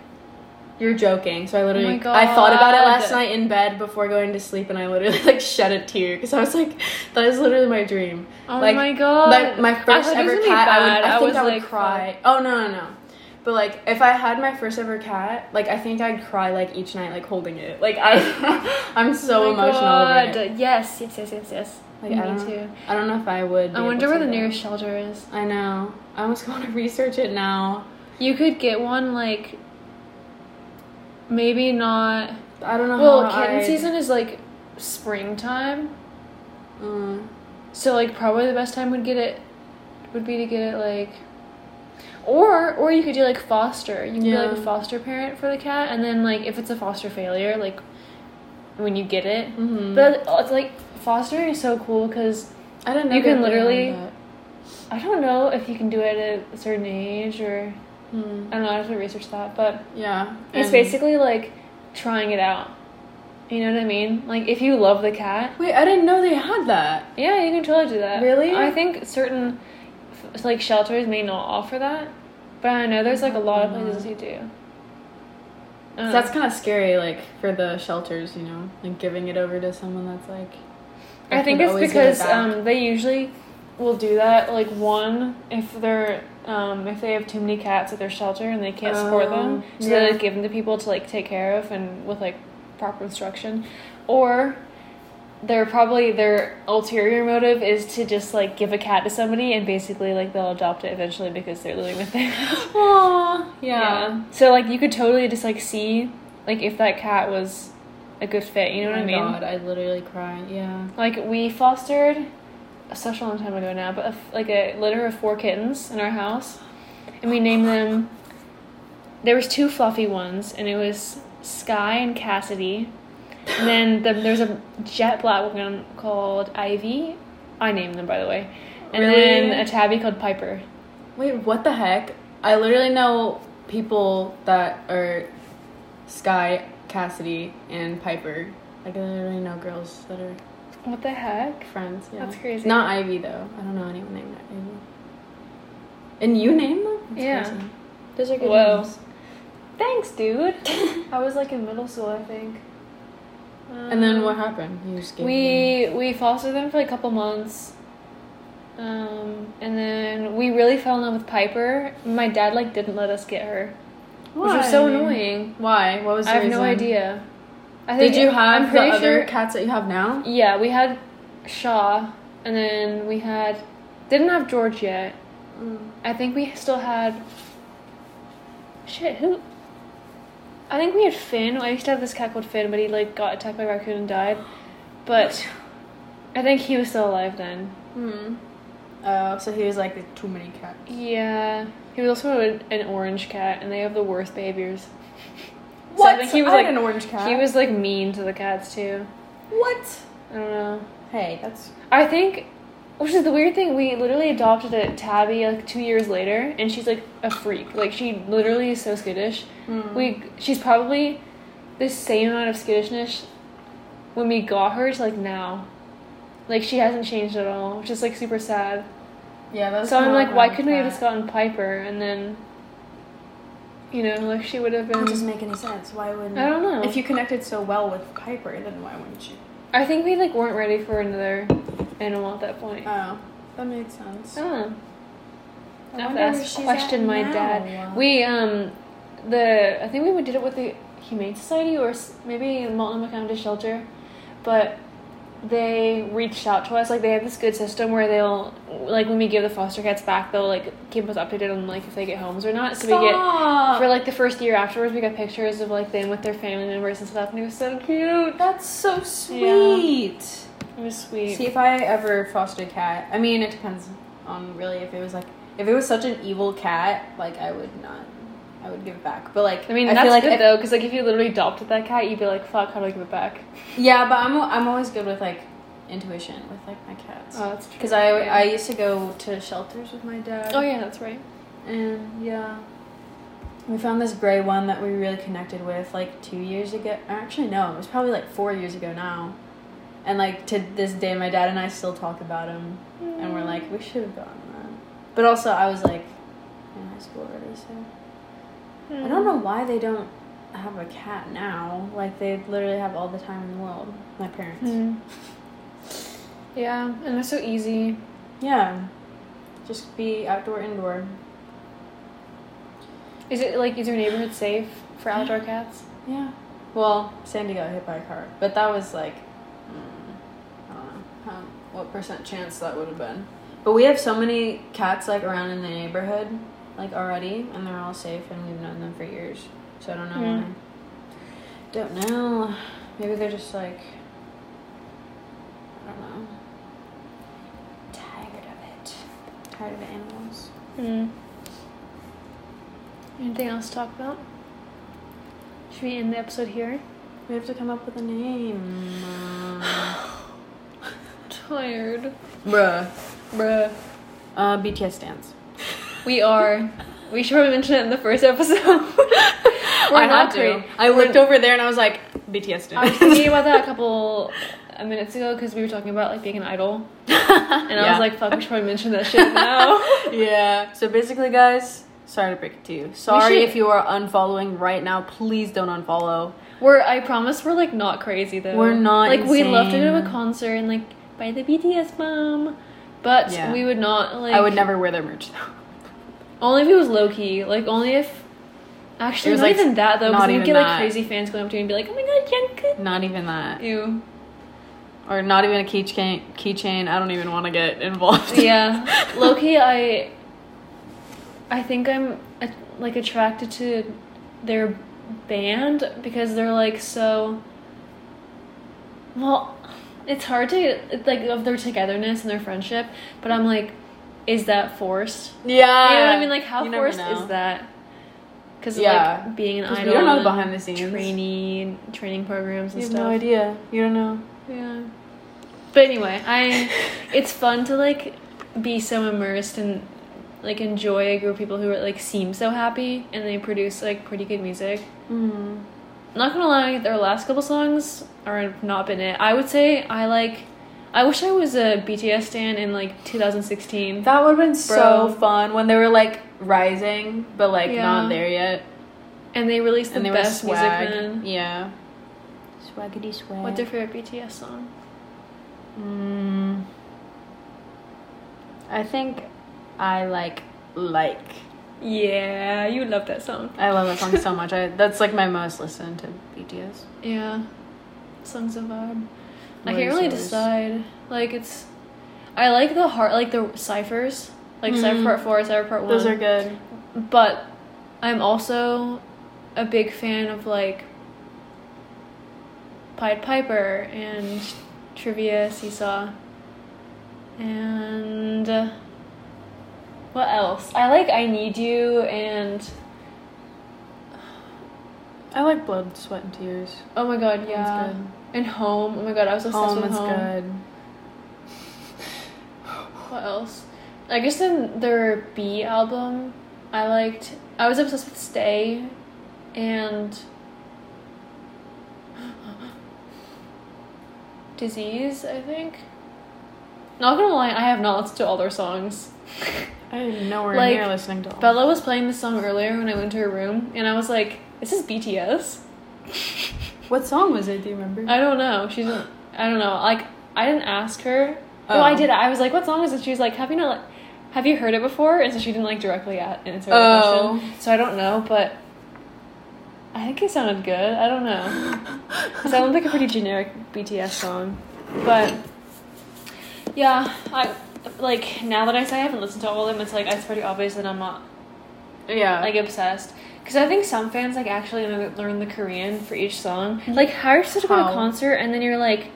you're joking. So I literally,
Oh my
I thought about it
God.
last night in bed before going to sleep, and I literally like shed a tear because I was like, that is literally my dream.
oh
like,
my god.
Like my first
I thought it was
ever
gonna be
cat, I would.
bad.
I think
was
I would
like,
cry. Oh no, no, no. But like, if I had my first ever cat, like I think I'd cry like each night, like holding it. Like I, I'm so
oh my
emotional.
God.
Over it.
Yes, yes, yes, yes, yes.
Like,
Me
I don't,
too.
I don't know if I would. be
I
able
wonder where
to,
the
though.
nearest shelter is.
I know. I almost want to research it now.
You could get one like maybe not.
Oh, I don't know.
Well,
how
kitten
I'd-
season is like springtime,
Mm.
so like probably the best time would get it would be to get it like. Or or you could do like foster. You can be like
Yeah.
a foster parent for the cat, and then like if it's a foster failure, like when you get it.
Mhm.
But uh, it's like fostering is so cool because
I don't know.
you
that
can
they had
literally-
that.
I don't know if you can do it at a certain age or
Mm.
I don't know. I have to research that, but
Yeah.
It's
and-
basically like trying it out. You know what I mean? Like if you love the cat,
Wait, I didn't know they had that.
yeah, you can totally do that.
Really?
I think certain f- like shelters may not offer that, but I know there's like a lot of places you do. Uh,
Mm-hmm. So that's kind of scary, like for the shelters, you know, like giving it over to someone that's like.
I think
could
it's
always give it
because
back.
um, they usually will do that. Like one, if they're um, if they have too many cats at their shelter and they can't support them,
Oh,
so
yeah.
they like, give them to people to like take care of and with like proper instruction, or they're probably their ulterior motive is to just like give a cat to somebody and basically like they'll adopt it eventually because they're living with their
Aw, yeah.
So like you could totally just like see like if that cat was a good fit. You know what
oh
I mean?
my God, I literally cry. Yeah.
Like we fostered such a long time ago now, but a, like a litter of four kittens in our house, and we named them. There was two fluffy ones, and it was Sky and Cassidy, and then the, there's a jet black one called Ivy. I named them by the way, and
Really?
then a tabby called Piper.
Wait, what the heck? I literally know people that are Sky, Cassidy, and Piper. Like I literally know girls that are
What the heck?
friends. Yeah.
That's crazy.
Not Ivy though. I don't know anyone named Ivy. And you name them? That's
Yeah.
crazy. Those are good
Whoa.
names.
Thanks, dude. I was like in middle school, I think.
And then
Um,
what happened? You just gave them-
We we fostered them for like a couple months, um, and then we really fell in love with Piper. My dad like didn't let us get her, which was so
Why?
annoying.
Why? What was? The
I have no
reason?
idea. I
Did you have
I'm pretty
the
sure,
other cats that you have now?
Yeah, we had Shaw, and then we had didn't have George yet. I think we still had. Shit, who? I think we had Finn. I used to have this cat called Finn, but he like got attacked by a raccoon and died. But I think he was still alive then.
Hmm.
Uh,
Oh, so he was like "There's too many cats.
Yeah, he was also an, an orange cat, and they have the worst behaviors.
What?
I think he was
I had
like-
an orange cat.
He was like mean to the cats too.
what?
I don't know.
Hey, that's
I think Which is the weird thing. We literally adopted it, Tabby, like two years later, and she's like a freak. Like she literally is so skittish.
Mm.
We she's probably the same amount of skittishness when we got her to like now. Like she hasn't changed at all, which is like super sad.
Yeah, that's
So I'm like, why couldn't we have just gotten Piper and then, you know, like she would have
It doesn't
been.
make any sense. Why wouldn't?
I don't know.
If you connected so well with Piper, then why wouldn't you?
I think we like weren't ready for another animal at that point.
Oh, that made sense.
I don't know. I have
wonder
to
where
ask
she's at
question my
now.
dad. We um, the I think we did it with the Humane Society or s- maybe Multnomah County Shelter, but they reached out to us. Like they have this good system where they'll like when we give the foster cats back, they'll like keep us updated on like if they get homes or not. So we get
Stop.
for like the first year afterwards, we got pictures of like them with their family members and stuff, and it was so cute.
That's so sweet.
It was sweet.
See if I ever foster a cat. I mean, it depends on really if it was like if it was such an evil cat, like I would not. I would give it back. But like
I mean,
I
that's
feel like
good
if-
though, because like if you literally adopted that cat, you'd be like, "Fuck, how do I give it back?"
Yeah, but I'm I'm always good with like intuition with like my cats.
Oh, that's true.
Because I
yeah.
I used to go to shelters with my dad.
Oh yeah, that's right.
And yeah. We found this gray one that we really connected with like two years ago. Actually, no, it was probably like four years ago now. And like to this day, my dad and I still talk about him. And we're like, we should have gotten that. But also, I was like in high school already, so.
Mm-hmm.
I don't know why they don't have a cat now. Like, they literally have all the time in the world. My parents.
Hmm. Yeah, and it's so easy.
Yeah. Just be outdoor, indoor.
Is it like is your neighborhood safe for outdoor cats?
Yeah. Well, Sandy got hit by a car, but that was like, mm, I don't know how, what percent chance that would have been. But we have so many cats like around in the neighborhood, like already, and they're all safe, and we've known them for years. So I don't know
Mm.
why. Don't know. Maybe they're just like, I don't know. Tired of it. Tired of animals.
Hmm. Anything else to talk about? Should we end the episode here?
We have to come up with a name. Uh,
Tired.
bruh.
Bruh.
Uh, BTS stands.
We are. We should have mentioned it in the first episode. We're
I
not
had
crazy.
to. I looked over there and I was like, BTS
I was
did.
thinking about that a couple uh, minutes ago because we were talking about like being an idol, and I
Yeah.
was like, "Fuck, we should probably mention that shit now."
yeah. So basically, guys, sorry to break it to you. Sorry
should-
if you are unfollowing right now. Please don't unfollow.
we're. I promise we're like not crazy though.
We're not
Like we'd love to go to a
insane.
concert and like buy the BTS mom, but
Yeah.
we would not like.
I would never wear their merch though.
Only if it was low key. Like only if. Actually,
It was,
not
like,
even that though,
not
because we'd
even
get like
that.
crazy fans going up to you and be like, "Oh my god, Jungkook!"
Not even that.
Ew.
Or not even a keychain. Keychain. I don't even want to get involved.
yeah loki i i think i'm a, like attracted to their band because they're like so well it's hard to it's like of their togetherness and their friendship but i'm like is that forced
Yeah.
you know what i mean like how
Ah, You never
forced
know.
is that because
Yeah.
like being an
'Cause we
idol
don't know the
and
behind the scenes.
trainee training programs and
You have
stuff
no idea. You don't know.
yeah. But anyway, I it's fun to like be so immersed and like enjoy a group of people who are, like seem so happy and they produce like pretty good music. Mm-hmm.
Mm.
Not gonna lie, their last couple songs are not been it. I would say I like I wish I was a BTS stan in like 2016.
That would have
Bro.
been so fun when they were like rising, but like
Yeah.
not there yet.
and they released the
and they
best
were
music
swag.
man.
Yeah. Swaggity swag.
What's their favorite BTS song?
Mm, I think I like like.
Yeah, you love that song.
I love that song so much. I that's like my most listened to BTS.
Yeah. Song's a vibe. I
What
can't
is
really
yours?
decide. Like it's I like the heart like the ciphers. Like cipher
Mm.
part four, cipher part one.
Those are good.
But I'm also a big fan of like Pied Piper and Trivia Seesaw. And uh, what else? I like I Need You and
I like Blood, Sweat, and Tears.
oh my god,
Yeah.
yeah. And Home. Oh my god, I was obsessed
Home
with
is
Home.
good.
what else? I guess then their B album, I liked. I was obsessed with Stay, and Disease. I think. Not gonna lie, I have not listened to all their songs.
I am nowhere
Like,
near listening to all.
Bella was playing this song earlier when I went to her room, and I was like, "This is BTS."
what song was it? Do you remember?
I don't know. She's. I don't know. Like I didn't ask her. Oh,
Oh.
I did. I was like, "What song is it?" She was like, "Have you not? Like, have you heard it before?" And so she didn't like directly at answer the
Oh.
question. So I don't know, but I think it sounded good. I don't know. It sounded like a pretty generic BTS song, but yeah, I like now that I say I haven't listened to all of them, it's like it's pretty obvious that I'm not
yeah.
like obsessed. Because I think some fans like actually learn learn the Korean for each song. Like hire someone to go to a
How?
concert and then you're like,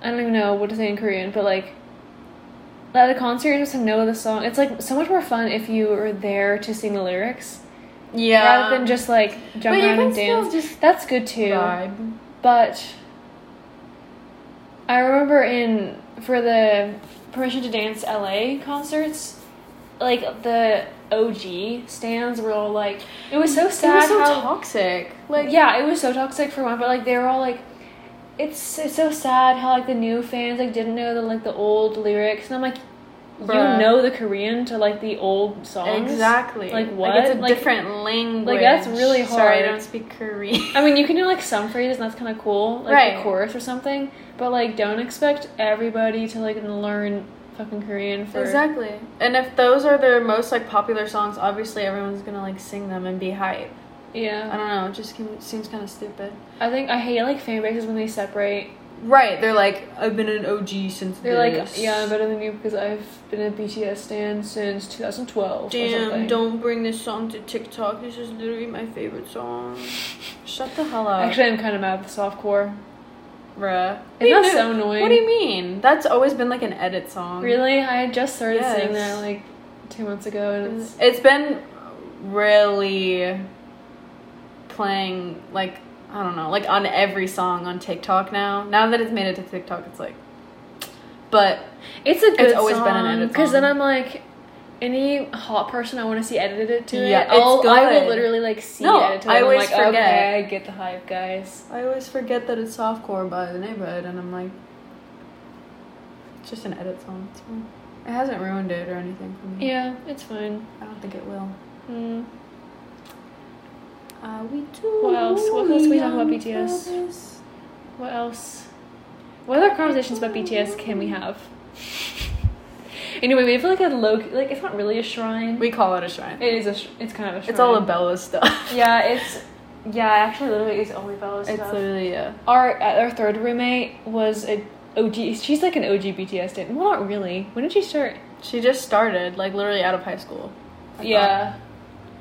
I don't even know what to say in Korean, but like at a concert you just know the song. It's like so much more fun if you are there to sing the lyrics
yeah.
rather than just like jump
But you
around
can
and
still
dance.
just
That's good too.
vibe.
But I remember in for the Permission to Dance LA concerts, like the OG stands were all like it was so
They were
sad
so
how
toxic.
like yeah it was so toxic for one but like they were all like it's it's so sad how like the new fans like didn't know the like the old lyrics and I'm like you
Bruh.
know the Korean to like the old songs
Exactly.
Like,
it's a
what? Like-
different language.
that's really
Sorry, I
hard.
don't speak Korean.
I mean, you can do like some phrases, and that's kind of cool, like the
Right.
chorus or something. But like, don't expect everybody to like learn fucking Korean for.
Exactly. And if those are their most like popular songs, obviously everyone's gonna like sing them and be hype. I
Yeah,
don't know. It just can, seems kind of stupid.
I think I hate like fan bases when they separate.
Right. They're like, I've been an OG since.
They're like, yeah, I'm better than you because I've been a BTS stan since 2012 or something.
Damn! Don't bring this song to TikTok. This is literally my favorite song. Shut the hell up,
Actually, I'm kind of mad at the softcore.
bruh.
Isn't that
What do you
so
mean-
annoying?
What do you mean? That's always been like an edit song.
Really, I had just started
Yes.
seeing that like two months ago, and it's
It's been really playing like I don't know, like on every song on TikTok now. Now that it's made it to TikTok, it's like but
it's a good
It's always been an edit
because then
song.
I'm like. Any hot person I want to see edited to
Yeah,
it,
it's
I'll, I will
good.
literally like see
No,
edited to it.
I
and I'm
always
like,
forget.
okay, I get the hype, guys.
I always forget that it's softcore by the neighborhood and I'm like it's just an edit song. It's fine. It hasn't ruined it or anything for me.
Yeah, it's fine.
I don't think it will.
Mm.
Uh, we do.
What else? What else we talk about
on
BTS?
purpose.
What else? What other conversations about BTS can we have? anyway, we have like a low, like it's not really a shrine.
We call it a shrine.
it is a, sh- it's kind of a shrine.
It's all of Bella's stuff.
Yeah, it's yeah. Actually, literally, it's only Bella's
It's
stuff.
literally yeah.
our uh, our third roommate was a OG. She's like an OG BTS stan. Well, not really. When did she start?
She just started, like literally out of high school. I thought.
Yeah.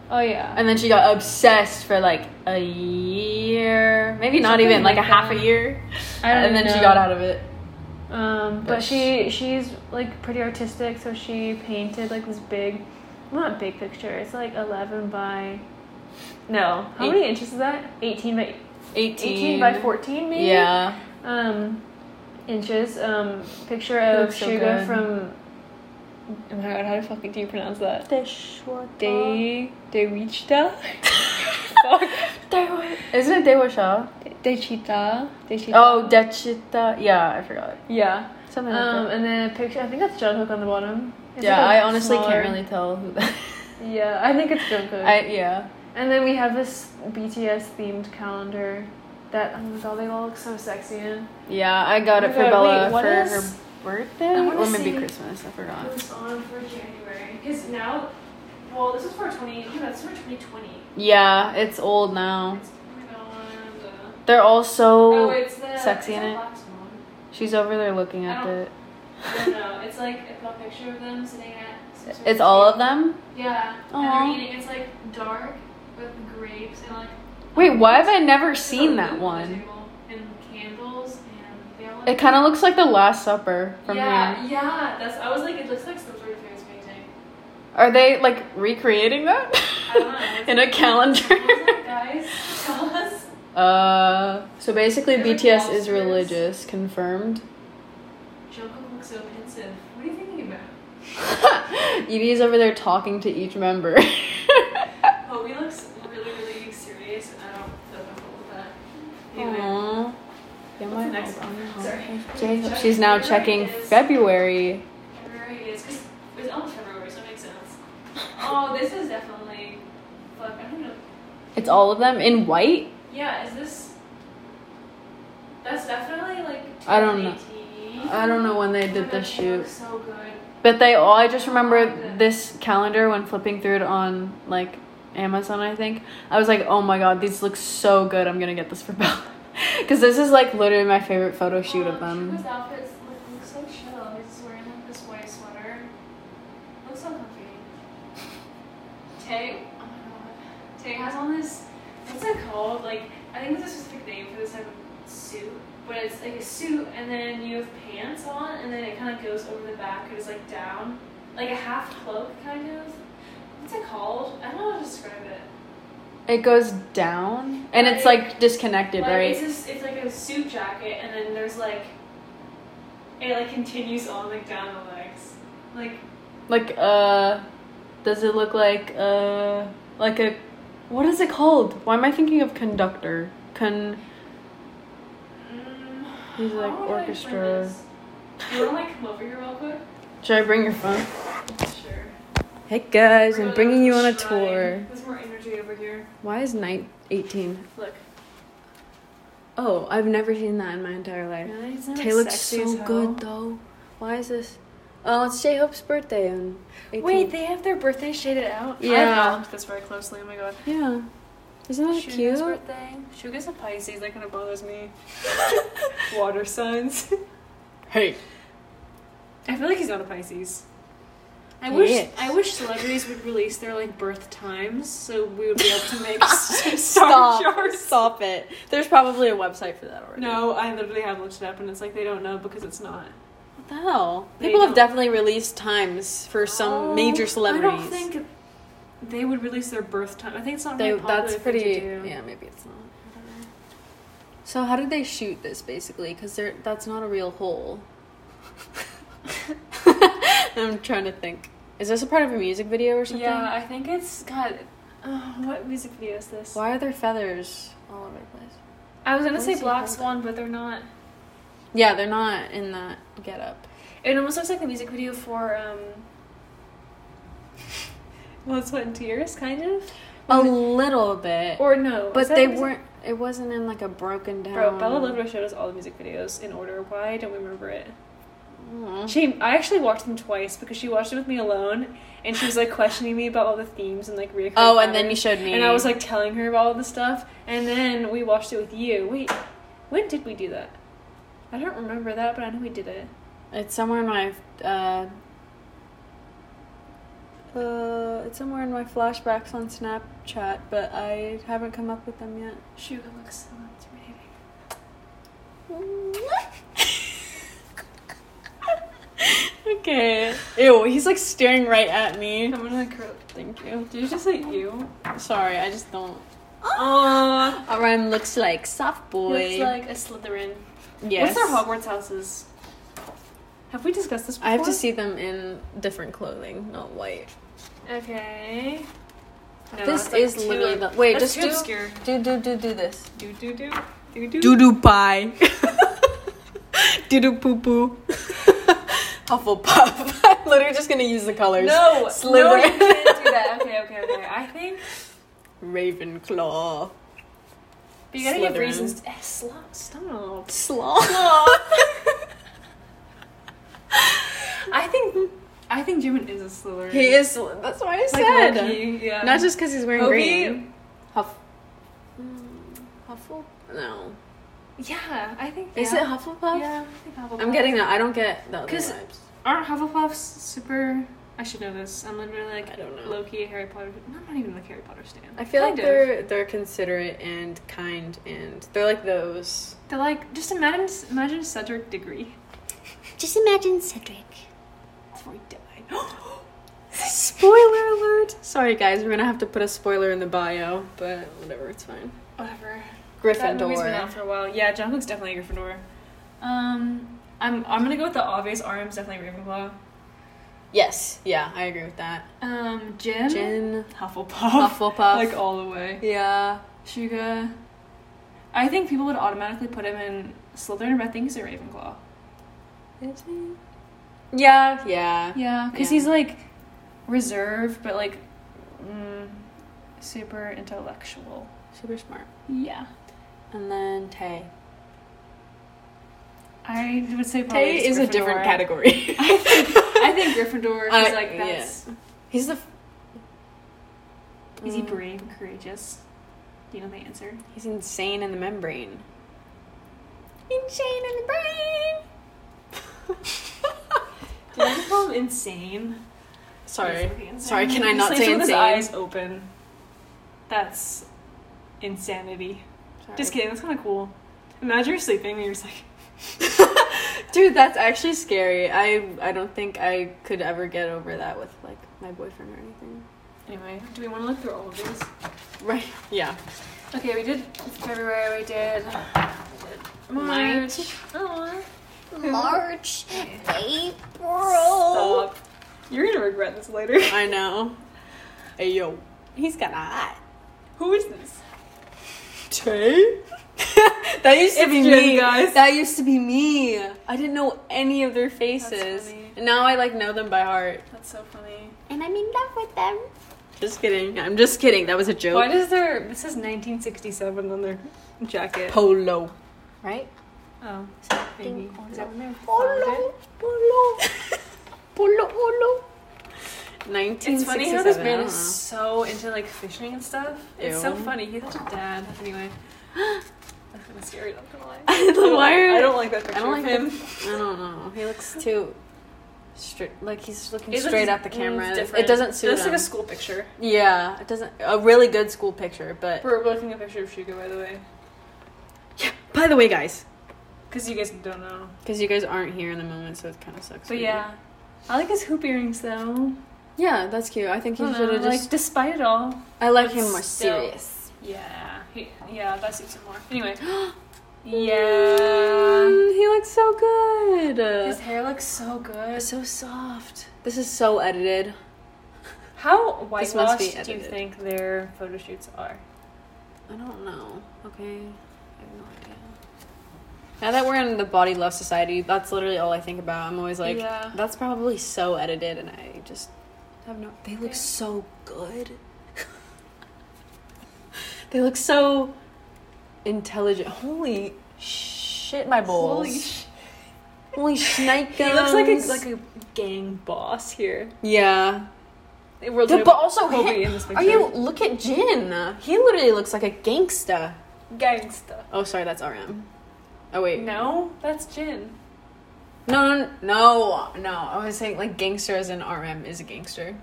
Oh yeah.
And then she got obsessed for like a year, maybe not
Something
even like,
like
a half a
that.
year.
I don't
and then
know.
she got out of it.
Um, but
But
she she's like pretty artistic, so she painted like this big, not big picture. It's like eleven by, no, how
Eight-
many inches is that? Eighteen by
18.
eighteen by fourteen, maybe.
Yeah.
Um, inches. Um, picture
It
of
looks so
Suga
good.
from. Oh my god! How the fuck do you pronounce that?
Day.
De Deichita.
Isn't it Dewasha?
Deichita. Deichita.
Oh, Dechita. Yeah, I forgot.
yeah.
Something like
Um,
that.
and then a picture. I think that's Jungkook on the bottom. It's
Yeah,
like
I
a
honestly
smaller-
can't really tell who that.
Yeah, I think it's Jungkook.
I yeah.
and then we have this BTS themed calendar that oh my god, they all look so sexy in.
Yeah, I got
Oh
it
my
for
God,
Bella
wait, what
for
is-
her birthday
I wanna
or maybe
see-
Christmas. I forgot.
Who's on for January?
Because now, well, this is for twenty. Oh, that's for twenty twenty.
Yeah, it's old now.
Oh,
They're all so.
it's the
sexy in it. She's over there looking
I
at
don't-
it.
I don't know. It's like a picture of them sitting at. some sort
It's all of them.
Yeah.
Aw.
And they're eating. It's like dark with grapes and like.
Wait, why have I never
there's
seen
a
that
loop on the
one?
table And candles and they all.
It kind of looks like The Last Supper from
yeah,
here.
yeah. That's. I was like, it looks like some sort of famous painting.
Are they like recreating that
I don't know.
in a calendar?
I was like, guys, tell us.
uh, so basically
They're like
BTS is
lobsters.
religious, confirmed.
Jungkook looks so pensive. What are you thinking about?
Edie's over there talking to each member.
Oh, we looks really, really serious, and I don't feel comfortable with that. Anyway,
Aww. Yeah,
what's
my
the next one? Sorry.
Jacob, she's now checking February.
February is because it's almost February, so it makes sense. Oh, this is definitely. Fuck, I don't know.
It's all of them in white.
Yeah, is this? That's definitely like.
I don't know.
2018.
I don't know when they
Oh my
did
God,
this
she looks
shoot,
So good.
but they all. I just remember this calendar when flipping through it on like Amazon. I think I was like, oh my god, these look so good. I'm gonna get this for Bella because this is like literally my favorite photo shoot
Oh,
of them.
Shuba's outfits look, look so chill. He's wearing like this white sweater. Looks so comfy. Tay, oh my god. Tay has on this, what's it called? Like, I think there's a specific name for this type of suit, but it's like a suit and then you have pants on and then it kind of goes over the back. It's like down. Like a half cloak, kind of. What's it called? I don't know how to describe it.
It goes down and it's like disconnected,
Like,
right?
It's just, it's like a suit jacket, and then there's like it like continues on like down the legs, like
Like uh does it look like uh like a what is it called? Why am I thinking of conductor? Con
mm,
He's
how
like
would I explain
orchestra.
this? Do you wanna like come over here real quick?
Should I bring your phone?
Sure.
Hey guys,
We're
I'm
gonna
bringing you on a
try-
tour.
There's more energy over here.
Why is night 18?
Look.
Oh, I've never seen that in my entire life. Tay looks so good though. Why is this? Oh, it's J Hope's birthday on 18th.
Wait, they have their birthday shaded out.
Yeah.
I looked this very closely. Oh my god.
yeah. Isn't that
Sugar's
cute?
birthday. Sugar's a Pisces. That kind of bothers me. Water signs.
Hey.
I feel like he's not a Pisces. I
He
wish
is.
I wish celebrities would release their like birth times so we would be able to make s- star
Stop.
charts.
Stop it. There's probably a website for that already.
No, I literally have looked it up and it's like they don't know because it's not.
What the hell?
They
People have
don't.
definitely released times for some
Oh,
major celebrities.
I don't think they would release their birth time. I think it's not
they,
really popular
that's
thing to
pretty.
do.
Yeah, maybe it's not. So how did they shoot this basically? Because they're that's not a real hole. I'm trying to think. Is this a part of a music video or something?
Yeah, I think it's God. Uh, what music video is this?
Why are there feathers all over the place?
I was gonna say
Where's he
Black
from?
Swan, but they're not.
Yeah, they're not in that getup.
It almost looks like the music video for um, Blood, Sweat, and Tears, kind of.
A little bit,
Or no, is
but
that
they um,
music-
weren't. It wasn't in like a broken down.
Bro, Bella Ludwig showed us all the music videos in order. Why don't we remember it?
Aw.
She, I actually watched them twice because she watched it with me alone, and she was like questioning me about all the themes and like reoccurring.
Oh, and then you
patterns.
showed me.
and I was like telling her about all the stuff, and then we watched it with you. Wait, when did we do that? I don't remember that, but I know we did it.
It's somewhere in my. Uh, uh, it's somewhere in my flashbacks on Snapchat, but I haven't come up with them yet.
Sugar looks so intimidating.
okay. Ew, he's like staring right at me.
I'm gonna curl.
Thank you.
Did you just say you?
Sorry, I just don't. Oh,
Aww.
Ryan looks like soft boy.
Looks like a Slytherin.
yes.
What's their Hogwarts houses? Have we discussed this before?
I have to see them in different clothing, not white.
Okay. No,
this
that's, like,
is
too-
literally the wait.
that's
Just
too
do,
obscure.
do do do do this.
Do do do do do.
Doo doo pie. Doo doo poo poo. Hufflepuff. I'm literally just gonna use the colors.
No, no, you
Slytherin.
can't do that. Okay, okay, okay. I think
Ravenclaw.
but you gotta give
Slytherin.
reasons. Eh, slo- stop.
Slaw.
I think I think Jimin is a Slytherin.
he is. That's what I
like,
said.
low-key, yeah.
Not just because he's wearing
Hobie-
green. Huff. Huffle? No.
Yeah, I think.
Is
yeah.
it Hufflepuff?
Yeah, I think Hufflepuff.
I'm getting that. I don't get the other
'Cause-
vibes.
Aren't Hufflepuffs super? I should know this. I'm literally like
I don't know.
low key Harry Potter. I'm not even like Harry Potter stan.
I feel like
Kind of.
they're they're considerate and kind and they're like those.
They're like just imagine imagine Cedric Diggory.
Just imagine Cedric.
That's where he died.
Spoiler alert! Sorry guys, we're gonna have to put a spoiler in the bio, but whatever, it's fine.
Whatever. That movie's been out
Gryffindor.
for a while. Yeah, Jungkook's definitely a Gryffindor. Um, I'm I'm gonna go with the obvious. RM's definitely Ravenclaw.
Yes. Yeah, I agree with that.
Um, Jin.
Jin,
Hufflepuff.
Hufflepuff.
Oh, Like all the way.
yeah.
Suga. I think people would automatically put him in Slytherin, but I think he's a Ravenclaw.
Is he? Yeah. Yeah.
Yeah, because
Yeah.
he's like reserved, but like mm, super intellectual.
Super smart.
Yeah.
And then Tay.
I would say probably
Tay is
it's
a different
Gryffindor.
category.
I think, I think Gryffindor is
I-
like
yeah.
that's
He's the. F-
is he
Mm.
brave and courageous? Do you know the answer?
He's insane in the membrane. Insane in the brain.
Did I just call him insane?
Sorry.
He's fucking
Sorry,
insane.
can I
He's
not
like
say
with
insane?
His eyes open. That's insanity.
Sorry.
Just kidding. That's kind of cool. Imagine you're sleeping and you're just like,
Dude, that's actually scary. I I don't think I could ever get over that with like my boyfriend or anything.
anyway. Do we want to look through all of these?
Right. Yeah.
Okay, we did February. We did March. Aw.
March, April.
Stop. You're gonna regret this later.
I know. Hey yo. He's kinda hot.
Who is this?
Tay? that used to
It's
be
Jen,
me.
guys.
That used to be me. I didn't know any of their faces.
funny.
And now I like know them by heart.
That's so funny.
And I'm in love with them.
Just kidding. I'm just kidding. That was a joke.
Why does there? This is 1967 on their jacket.
Polo. Right?
oh, maybe. Is that when they were founded?
Polo, polo, polo, polo.
Nineteen.
It's funny how this man is so into like fishing and stuff. It's so
Ew.
funny. He's such a dad. Anyway, that's kind of scary. Not gonna lie.
Why are-
I don't like that picture.
I don't like
of him.
him. I don't know. He looks too straight. Like he's looking
It looks-
straight at the
mm,
camera. It-
different.
it doesn't suit
It looks
him.
like a school picture.
yeah, it doesn't. A really good school picture, but.
We're looking at a picture of Shugo, by the way,
Yeah. By the way, guys,
because you guys don't know.
because you guys aren't here in the moment, so it kind of sucks. for
But
you.
yeah, I like his hoop earrings though.
Yeah, that's cute. I think
I
you
don't
should
know,
have just.
like despite it all.
I like
but
him more
still-
serious.
Yeah, he, yeah, that suits him more. Anyway, yeah,
Mm, he looks so good.
his hair looks so good.
It's so soft. This is so edited.
How
This must be
whitewashed do you
edited.
think their photo shoots are?
I don't know. Okay. I have no idea. Now that we're in the body love society, that's literally all I think about. I'm always like,
Yeah.
that's probably so edited, and I just have no. They look
Yeah.
so good. they look so intelligent. Holy shit, my balls.
Holy sh!
Holy snake
He looks like a like a gang boss here.
yeah.
We're
The, but also,
Kobe
him-
in this picture.
are you look at Jin? He literally looks like a gangsta.
gangsta?
Oh, sorry, that's RM. Oh wait,
No, that's Jin.
No, no, no, no. I was saying like gangster as in RM is a gangster.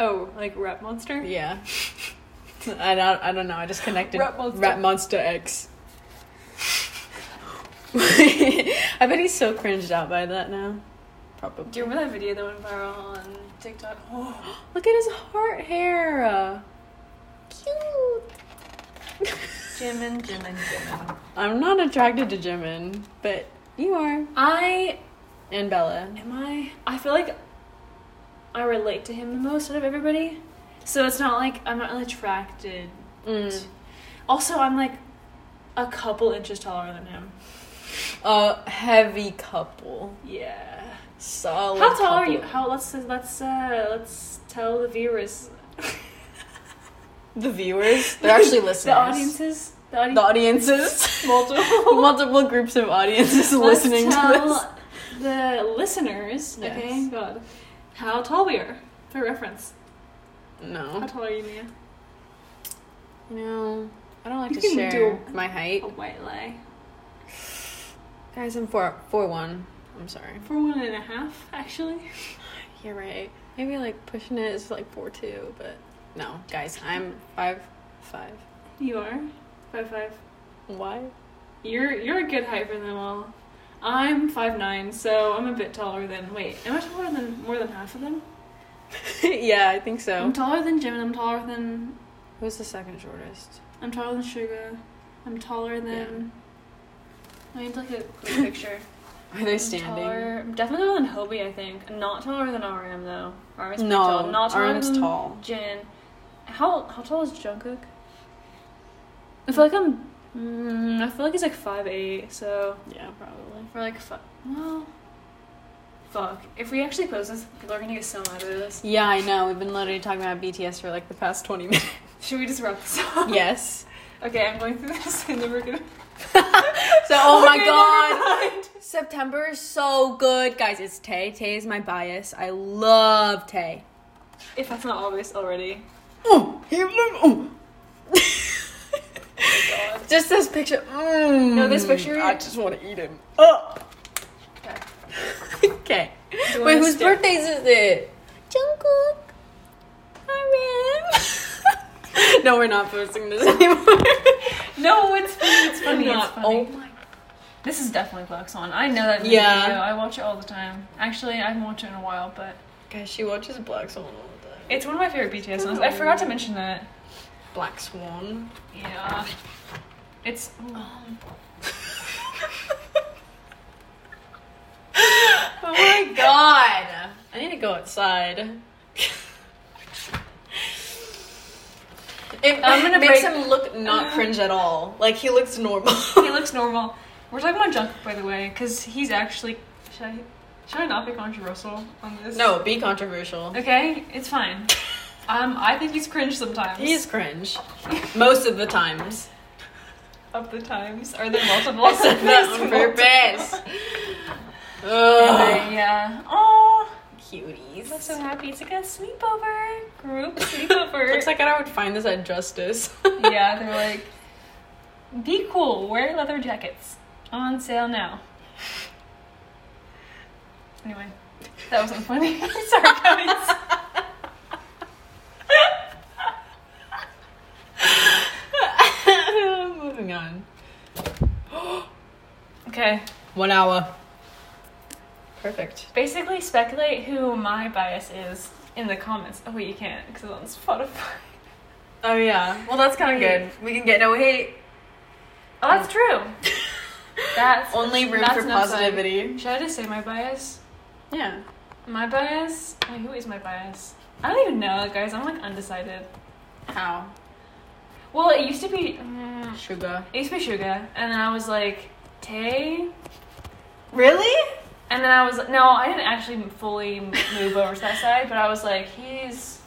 Oh, like rap monster.
Yeah. I don't. I don't know. I just connected.
Rap Monster.
Rap Monster X. I bet he's so cringed out by that now. Probably.
Do you remember that video that went viral on TikTok? Oh,
Look at his heart hair.
Cute.
Jimin, Jimin, Jimin.
I'm not attracted to Jimin, but you are.
I
And Bella.
am I. I feel like I relate to him the most out of everybody. So it's not like I'm not really attracted
Mm.
Also, I'm like a couple inches taller than him.
A heavy couple.
Yeah.
Solid.
How tall are
couple.
you? How let's let's uh let's tell the viewers,
The viewers. They're actually listeners.
the audiences, the audience,
The audiences.
multiple.
multiple groups of audiences
Let's
listening to this.
tell The listeners.
Yes.
Okay. God. How tall we are? For reference. How
No.
tall are you, Mia?
No. I don't like
You
to
can
share
do-
my height.
A white lie.
Guys, I'm four four one. I'm sorry.
For one and a half, actually.
You're right. Maybe like pushing it is like four two, but no, guys, I'm five five.
You are five five.
Why?
You're you're a good height for them all. I'm five nine, so I'm a bit taller than. Wait, am I taller than more than half of them?
yeah, I think so.
I'm taller than Jim, and I'm taller than
Who's the second shortest?
I'm taller than Sugar. I'm taller than. I need like a quick picture.
Are they
Taller, definitely taller than Hobie, I think. Not taller than RM though. RM's pretty
No,
tall. Not taller
RM's
than
tall.
Jin. How how tall is Jungkook? I feel like I'm. Mm, I feel like he's like five eight. So
Yeah, probably.
we're like fuck. Well, fuck. If we actually post this, people are gonna get so mad at us.
Yeah, I know. We've been literally talking about BTS for like the past 20 minutes.
Should we just wrap this up?
yes.
Okay, I'm going through this and then we're gonna.
So, oh my
Okay,
god.
never mind.
September is so good. Guys, it's Tay. Tay is my bias. I love Tay.
If that's not obvious already.
Oh, he- oh. Just this picture. Mm.
No, this picture-
I just want to eat him. Oh. okay.
Okay. you
Wait,
wanna
whose
stare?
birthdays is it?
Jungkook.
RM. no, we're not posting this anymore.
No, it's funny. It's
funny, it's funny.
Oh my. This is definitely Glaxon. I know that
Yeah.
video. I watch it all the time. Actually, I haven't watched it in a while, but
Guys, she watches Black Swan all the time.
it's one of my favorite BTS songs. I forgot to mention that.
Black Swan.
Yeah. It's. Oh,
oh my god. I need to go outside. It
I'm gonna
makes
break-
him look not cringe at all. Like he looks normal.
he looks normal. We're talking about Jungkook, by the way, because he's actually. Should I? Should I not be controversial on this?
no, be controversial.
Okay, it's fine. Um, I think he's cringe sometimes.
He's cringe. Most of the times.
up the times. Are there multiple?
I said that on purpose. Ugh.
yeah. Oh.
Cuties.
I'm so happy. It's like a sleepover group sleepover.
Looks like I would find this at Justice.
yeah, they're like, be cool. Wear leather jackets on sale now. Anyway, that wasn't funny. Sorry, guys.
Moving on.
Okay,
One hour. Perfect.
basically speculate who my bias is in the comments. Oh wait, you can't because it's on Spotify.
Oh yeah. Well, that's kind of good. We can get no hate.
Oh, that's true. That's
Only room
that's
for
an upside.
positivity.
Should I just say my bias?
Yeah.
My bias? Wait, who is my bias? I don't even know, guys. I'm like undecided.
How?
Well, it used to be. mm,
Sugar.
it used to be Suga, and then I was like Tay,
Really?
and then I was no, I didn't actually fully move over to that side, but I was like he's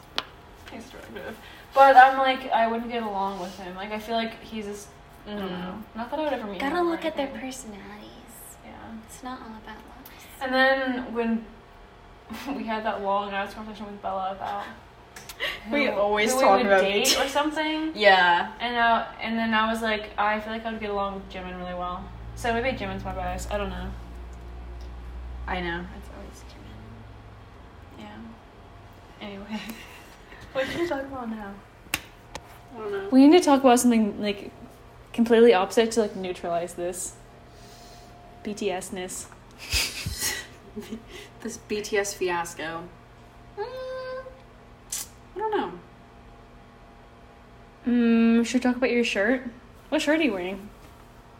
he's destructive, but I'm like I wouldn't get along with him. Like I feel like he's just I don't
Mm-hmm.
know. Not that I would ever meet.
Mm. Gotta
him or
look at their
anything.
personalities.
Yeah.
It's not all about looks.
And then when we had that long hours conversation with Bella about who,
We always
who
talk
we would
about
date
BTS.
or something,
Yeah.
and uh, and then I was like, I feel like I would get along with Jimin really well. So maybe Jimin's my bias. I don't know.
I know.
It's always Jimin.
Yeah. Anyway, what should we talk about now?
I don't know.
We need to talk about something like completely opposite to like neutralize this BTSness.
This BTS fiasco. Hmm. I don't know.
Mm, should we talk about your shirt? What shirt are you wearing?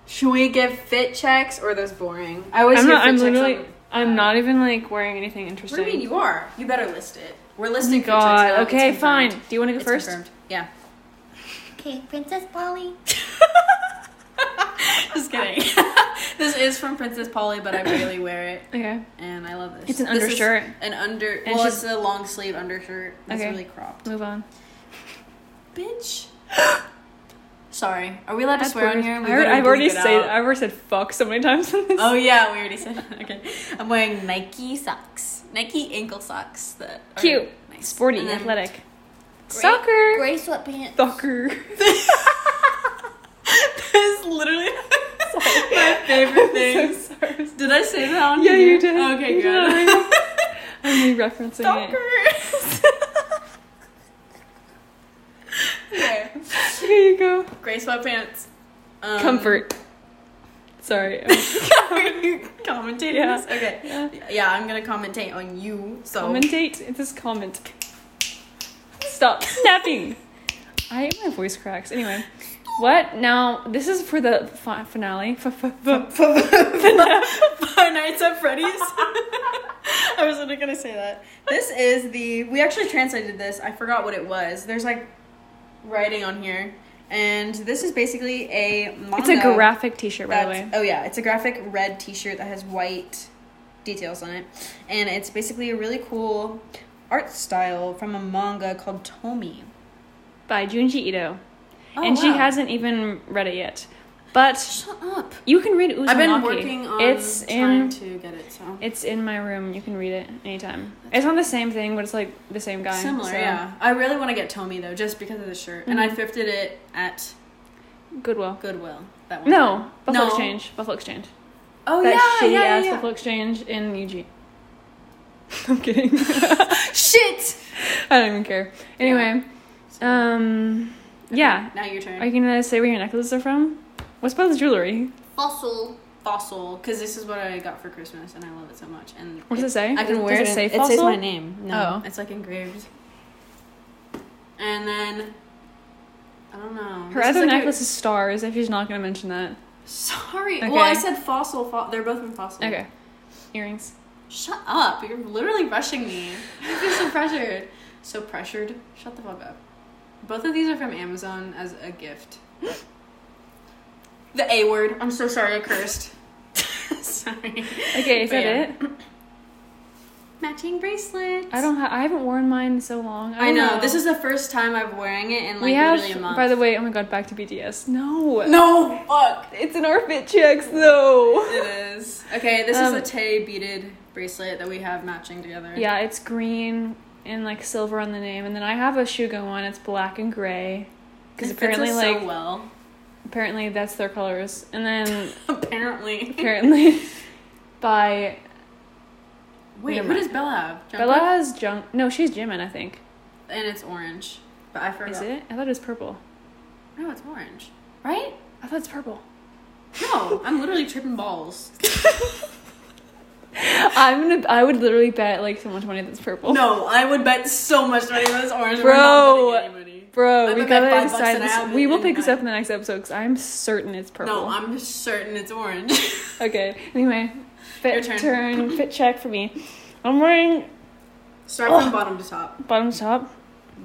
Should we give fit checks or those boring? I always
I'm
give
not.
fit
I'm
checks
literally.
on-
I'm not even like wearing anything
What
interesting.
do you mean you are? You better list it. We're
Oh my
listing. fit checks now.
god.
It's
Okay, fine.
confirmed.
Do you want to go
It's
first?
confirmed. Yeah.
Okay, Princess Polly.
Just kidding. this is from Princess Polly, but I barely wear it,
Okay.
and I love this.
It's an
This is
undershirt.
An under.
And
well,
she's-
it's a long sleeve undershirt. It's
Okay.
really cropped.
Move on.
Bitch. Sorry. Are we allowed to
That's
swear on
weird.
here? We
I already-
better
I've already
bleep it
said.
out.
I've already said fuck so many times in this.
Oh yeah, we already said. that. okay. I'm wearing Nike socks. Nike ankle socks that are
Cute.
nice.
Sporty,
And then-
athletic. Soccer.
Gray sweatpants.
Soccer.
that is literally my favorite thing.
so sorry.
Did I say that on
Yeah,
here?
you did.
Okay,
You
good.
I'm referencing it.
okay.
Here you go.
Gray sweatpants. Um,
Comfort. Sorry.
Are you commentating
Yeah.
this? Okay.
Yeah.
Yeah, I'm gonna commentate on you. So
Commentate. It says comment. Stop snapping. I my voice cracks. Anyway. What? Now, this is for the fi- finale. F- f- f-
Five Nights at Freddy's. I was not gonna say that. This is the we actually translated this. I forgot what it was. There's like writing on here, and this is basically a manga.
It's a graphic t shirt, by the
that's-
way.
Oh yeah, it's a graphic red T-shirt that has white details on it, and it's basically a really cool art style from a manga called Tomi.
By Junji Ito.
Oh,
and she
wow.
hasn't even read it yet. But
Shut up.
you can read Uzumaki.
I've been working on
it's
trying
in
to get it. So
it's in my room. You can read it anytime. It's not the same thing, but it's like the same guy.
similar,
so- Mm-hmm.
yeah. I really want to get Tomy though, just because of the shirt, and I thrifted it at
Goodwill.
Goodwill. That one.
No, Buffalo
No.
Exchange. Buffalo Exchange.
Oh
that
yeah,
shitty
yeah,
ass
yeah.
Buffalo Exchange in UG. I'm kidding.
Shit.
I don't even care. Anyway, um, yeah.
Now your turn.
Are you gonna say where your necklaces are from? What's about the jewelry?
Fossil.
fossil, because this is what I got for Christmas, and I love it so much. And
What does it say?
I can
Does
wear
it. Say
it
fossil?
says my name. No.
Oh.
it's like engraved. And then I don't know.
Her
This is
other
like a-
necklace is stars. If she's not gonna mention that.
Sorry.
Okay.
Well, I said fossil. Fo- they're both in fossil.
Okay. Earrings.
Shut up. You're literally rushing me. I feel so pressured. So pressured. Shut the fuck up. Both of these are from Amazon as a gift. The A word. I'm so sorry I cursed. sorry.
Okay, is
But
that
yeah.
it?
Matching bracelets.
I don't. Ha- I haven't worn mine in so long.
I
don't
know. This is the first time I'm wearing it in like
we have.
literally a month.
By the way, oh my god, back to BTS. No.
no fuck.
It's in our fit checks though.
It is okay. This
Um,
is a Tay beaded bracelet that we have matching together.
Yeah, it's green and like silver on the name, and then I have a Shugo one. It's black and gray. Because
It fits us
apparently,
so
like
well.
apparently that's their colors, and then
Apparently.
apparently by
Wait,
Never
who
mind.
does Bella have? Jumper?
Bella has junk. No, she's Jimin, I think.
And it's orange, but I forgot.
Is it? I thought it was purple.
No, it's orange. Right?
I thought it's purple.
No, I'm literally tripping balls.
I'm gonna. I would literally bet like someone money that's purple.
No, I would bet so much money that it's orange.
We're not betting
anybody.
Bro,
I'm
we
gonna bet
gotta
five bucks
decide
that I
this.
have
We
it
will
in
pick this
my-
up in the next episode because I'm certain it's purple.
No, I'm just certain it's orange.
Okay. Anyway, fit
Your turn.
turn, fit check for me. I'm wearing
Start from bottom to top.
bottom top.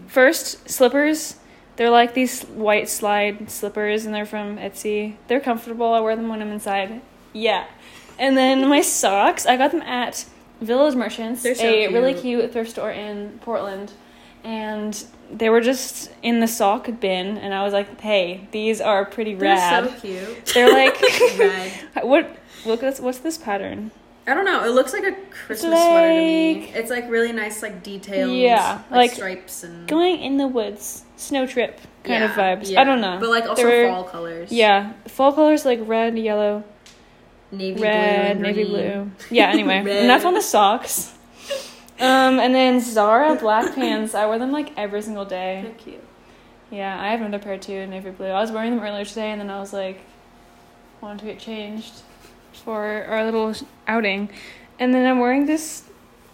First, slippers. They're like these white slide slippers, and they're from Etsy. They're comfortable. I wear them when I'm inside. Yeah. And then my socks. I got them at Village Merchants,
They're so
a
cute.
really cute thrift store in Portland. And they were just in the sock bin, and I was like, "Hey, these are pretty rad."
They're so cute.
They're like,
Red.
what? Look, at this, what's this pattern?
I don't know. It looks like a Christmas
It's
sweater to me.
like-
It's like really nice, like details.
Yeah,
like,
like-
stripes and
Going in the woods, snow trip kind of
Yeah,
vibes.
yeah.
I don't know.
But like also
They were-
fall colors.
Yeah, fall colors like red, yellow,
navy
red,
blue, and
navy
green.
blue. Yeah. Anyway,
Red.
enough on the socks. Um, and then Zara black pants. I wear them like every single
They're
day.
cute.
Yeah, I have another pair too, navy blue. I was wearing them earlier today, and then I was like, wanted to get changed for our little outing, and then I'm wearing this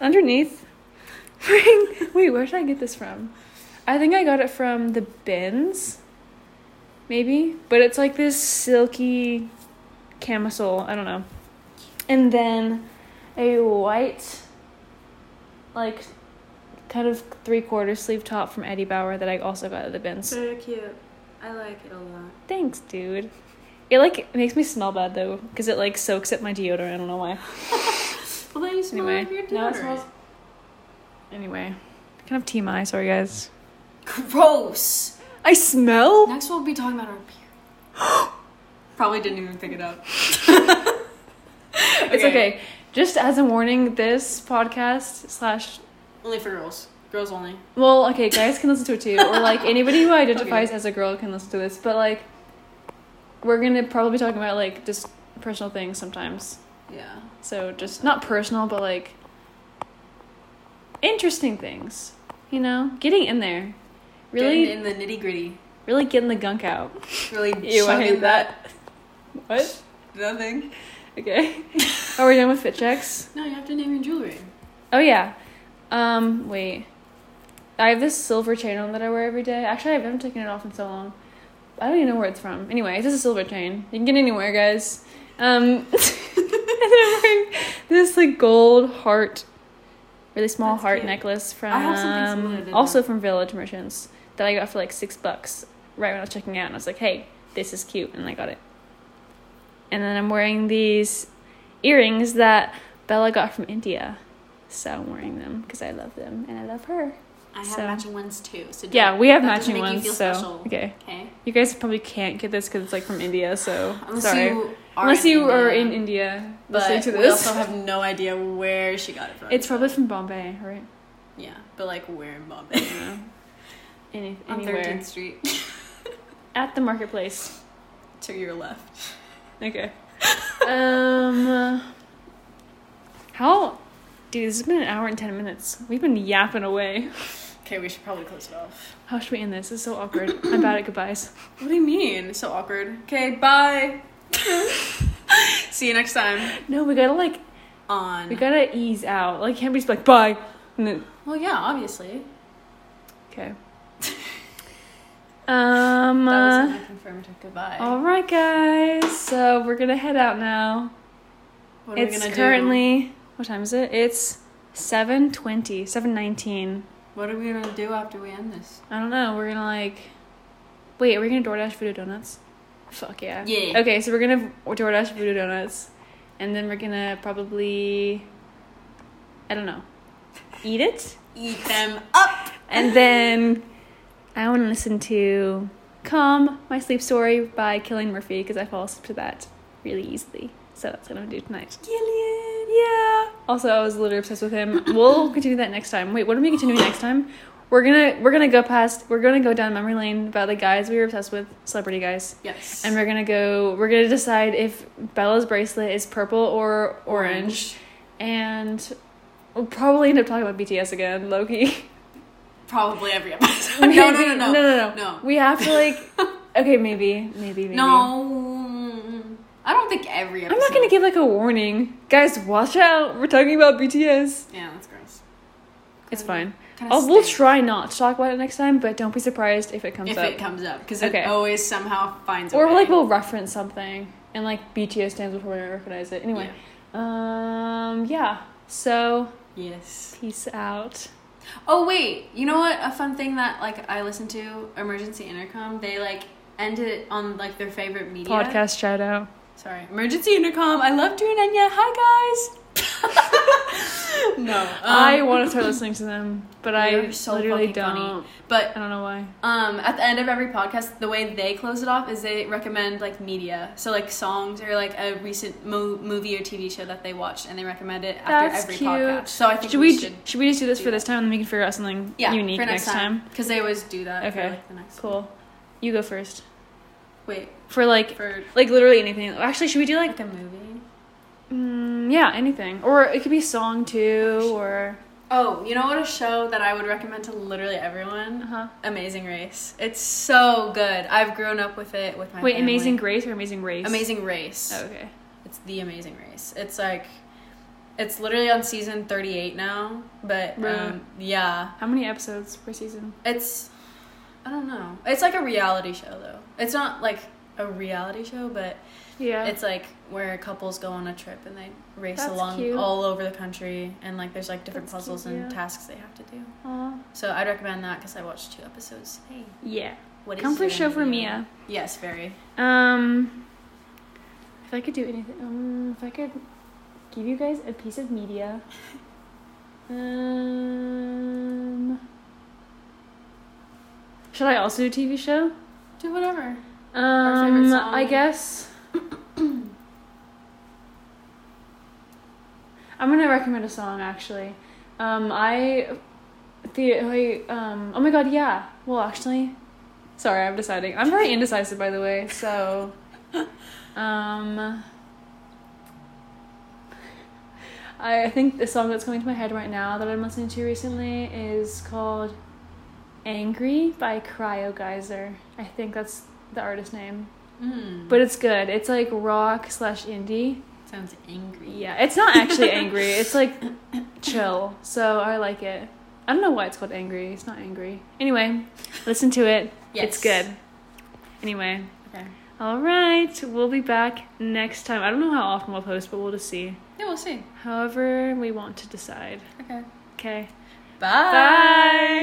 underneath. Wearing- Wait, where did I get this from? I think I got it from the bins, maybe. But it's like this silky camisole. I don't know. And then a white, like, kind of three quarter sleeve top from Eddie Bauer that I also got at the bins.
They're cute. I like it a lot.
Thanks, dude. It like makes me smell bad though, because it like soaks up my deodorant. I don't know why.
Well, then you smell
Anyway,
like your deodorant.
now it smells- Anyway, kind of TMI. Sorry, guys.
gross.
I smell.
Next, we'll be talking about our beer. Probably didn't even pick it up.
It's okay. Just as a warning, this podcast slash
Only for girls. Girls only.
well, okay, guys can listen to it too, or like anybody who identifies as a girl can listen to this. But like, we're gonna probably be talking about like just personal things sometimes.
Yeah.
So just not personal, but like interesting things. You know, getting in there, really,
Getting in the nitty gritty.
really getting the gunk out.
Really.
Ew, I hate
chugging
that. What?
Nothing.
Okay. Are we done with fit checks?
No, you have to name your jewelry.
Oh yeah. Um, wait. I have this silver chain on that I wear every day. Actually, I haven't taken it off in so long. I don't even know where it's from. Anyway, it's just a silver chain. You can get anywhere, guys. Um, and I'm wearing this like gold heart, really small
That's
heart
cute.
necklace from
I have something similar to
um,
that.
also from Village Merchants that I got for like six bucks right when I was checking out, and I was like, hey, this is cute, and I got it. And then I'm wearing these earrings that Bella got from India, so I'm wearing them because I love them and I love her.
I have
So-
matching ones too. So don't-
Yeah, we have
that doesn't
matching
make you
ones,
feel
so
special,
okay.
okay.
You guys probably can't get this because it's like from India, so
Unless
sorry.
you are
Unless
in
you are
India.
in India listening
But
to
we
this,
also have no idea where she got it from.
it's probably from Bombay, right?
yeah, but like where in Bombay?
Yeah. Any,
On
anywhere
13th Street,
at the marketplace.
to your left.
Okay. um, how? Dude, this has been an hour and ten minutes. We've been yapping away.
Okay, we should probably close it off.
How should we end this? This is so awkward. I'm bad at goodbyes.
What do you mean? It's so awkward. Okay, bye. See you next time
No, we gotta like
on.
we gotta ease out. Like can't we just be like bye. And then-
well, yeah, obviously.
Okay. Um.
that
uh,
was an confirmative goodbye.
All right, guys. So we're gonna head out now.
what
It's
gonna do?
currently what time is it? It's 7:20, 7:19.
What are we gonna do after we end this?
I don't know. We're gonna like, wait. Are we gonna DoorDash Voodoo Donuts? Fuck yeah.
Yeah.
Okay, so we're gonna DoorDash Voodoo Donuts, and then we're gonna probably, I don't know, eat it,
Eat them up.
and then I want to listen to "Calm My Sleep Story" by Killing Murphy because I fall asleep to that really easily. So that's what I'm gonna do tonight.
Gillian.
Yeah. Also, I was literally obsessed with him. We'll continue that next time. Wait, what are we continuing next time? We're gonna we're gonna go past. We're gonna go down memory lane about the guys we were obsessed with, celebrity guys,
Yes.
and we're gonna go. We're gonna decide if Bella's bracelet is purple or orange, and we'll probably end up talking about BTS again, Loki.
Probably every episode. no, no, no, no,
no, no,
No.
We have to like. Okay, maybe, maybe, maybe.
No. I don't think every
I'm
episode.
not gonna give like a warning, guys. Watch out. We're talking about BTS.
Yeah, that's gross.
It's
Kinda-
fine.
kinda
Oh, we'll
stink
try not to talk about it next time, but don't be surprised if it comes
if
up.
it comes up because
Okay.
it always somehow finds. a
or
way.
like we'll reference something, and like BTS stands before we recognize it. Anyway, um, yeah. So
Yes.
peace out.
Oh wait, you know what? A fun thing that like I listened to Emergency Intercom. They like end it on like their favorite media
Podcast shout out.
Sorry, Emergency Intercom. I love doing Enya. Hi guys. no, um,
I want to start listening to them, but
they
I
are so
literally
fucking funny.
don't.
But
I don't know why.
Um, at the end of every podcast, the way they close it off is they recommend like media, so like songs or like a recent mo- movie or TV show that they watched, and they recommend it after
That's
every
cute.
podcast. So I think
Should
we,
we?
should,
Should we just do this
do
for this
that.
time, and then we can figure out something
yeah,
unique
for
next time.
because they always do that.
Okay.
for, like, the next one.
Cool. You go first.
Wait
For like,
for
like literally anything. Actually, should we do like
like a movie.
Mm, yeah, anything. Or it could be song too, or
Oh, you know what? A show that I would recommend to literally everyone:
uh-huh.
Amazing Race. It's so good. I've grown up with it with my
wait,
family.
Amazing Grace or Amazing Race?
Amazing Race.
Oh, okay.
It's the Amazing Race. It's like, it's literally on season thirty-eight now. But
Really?
um, yeah,
How many episodes per season?
it's, I don't know. It's like a reality show though. It's not like a reality show, but
Yeah.
it's like where couples go on a trip and they race
That's
along
cute.
all over the country and like there's like different
That's
puzzles
cute,
and
yeah.
tasks they have to do.
Aw.
So I'd recommend that because I watched two episodes. Hey,
yeah.
what is
Comfort
your
show for
idea?
Mia.
Yes, very.
Um, if I could do anything, um, if I could give you guys a piece of media, um, should I also do TV show?
Do whatever. favorite
Um,
song.
I guess. I'm gonna recommend a song actually. Um, I, the I, um, oh my god, yeah. Well, actually, sorry, I'm deciding. I'm very indecisive, by the way. So, um, I I think the song that's coming to my head right now that I'm listening to recently is called "Angry" by Cryo Geyser. I think that's the artist name,
Mm,
but it's good. It's like rock slash indie.
sounds angry.
Yeah, it's not actually angry. It's like chill. So I like it. I don't know why it's called angry. It's not angry. Anyway, listen to it. It's
Yes.
good. Anyway,
Okay.
all right, we'll be back next time. I don't know how often we'll post, but we'll just see.
Yeah, we'll see.
However, we want to decide.
Okay.
Okay.
Bye.
Bye.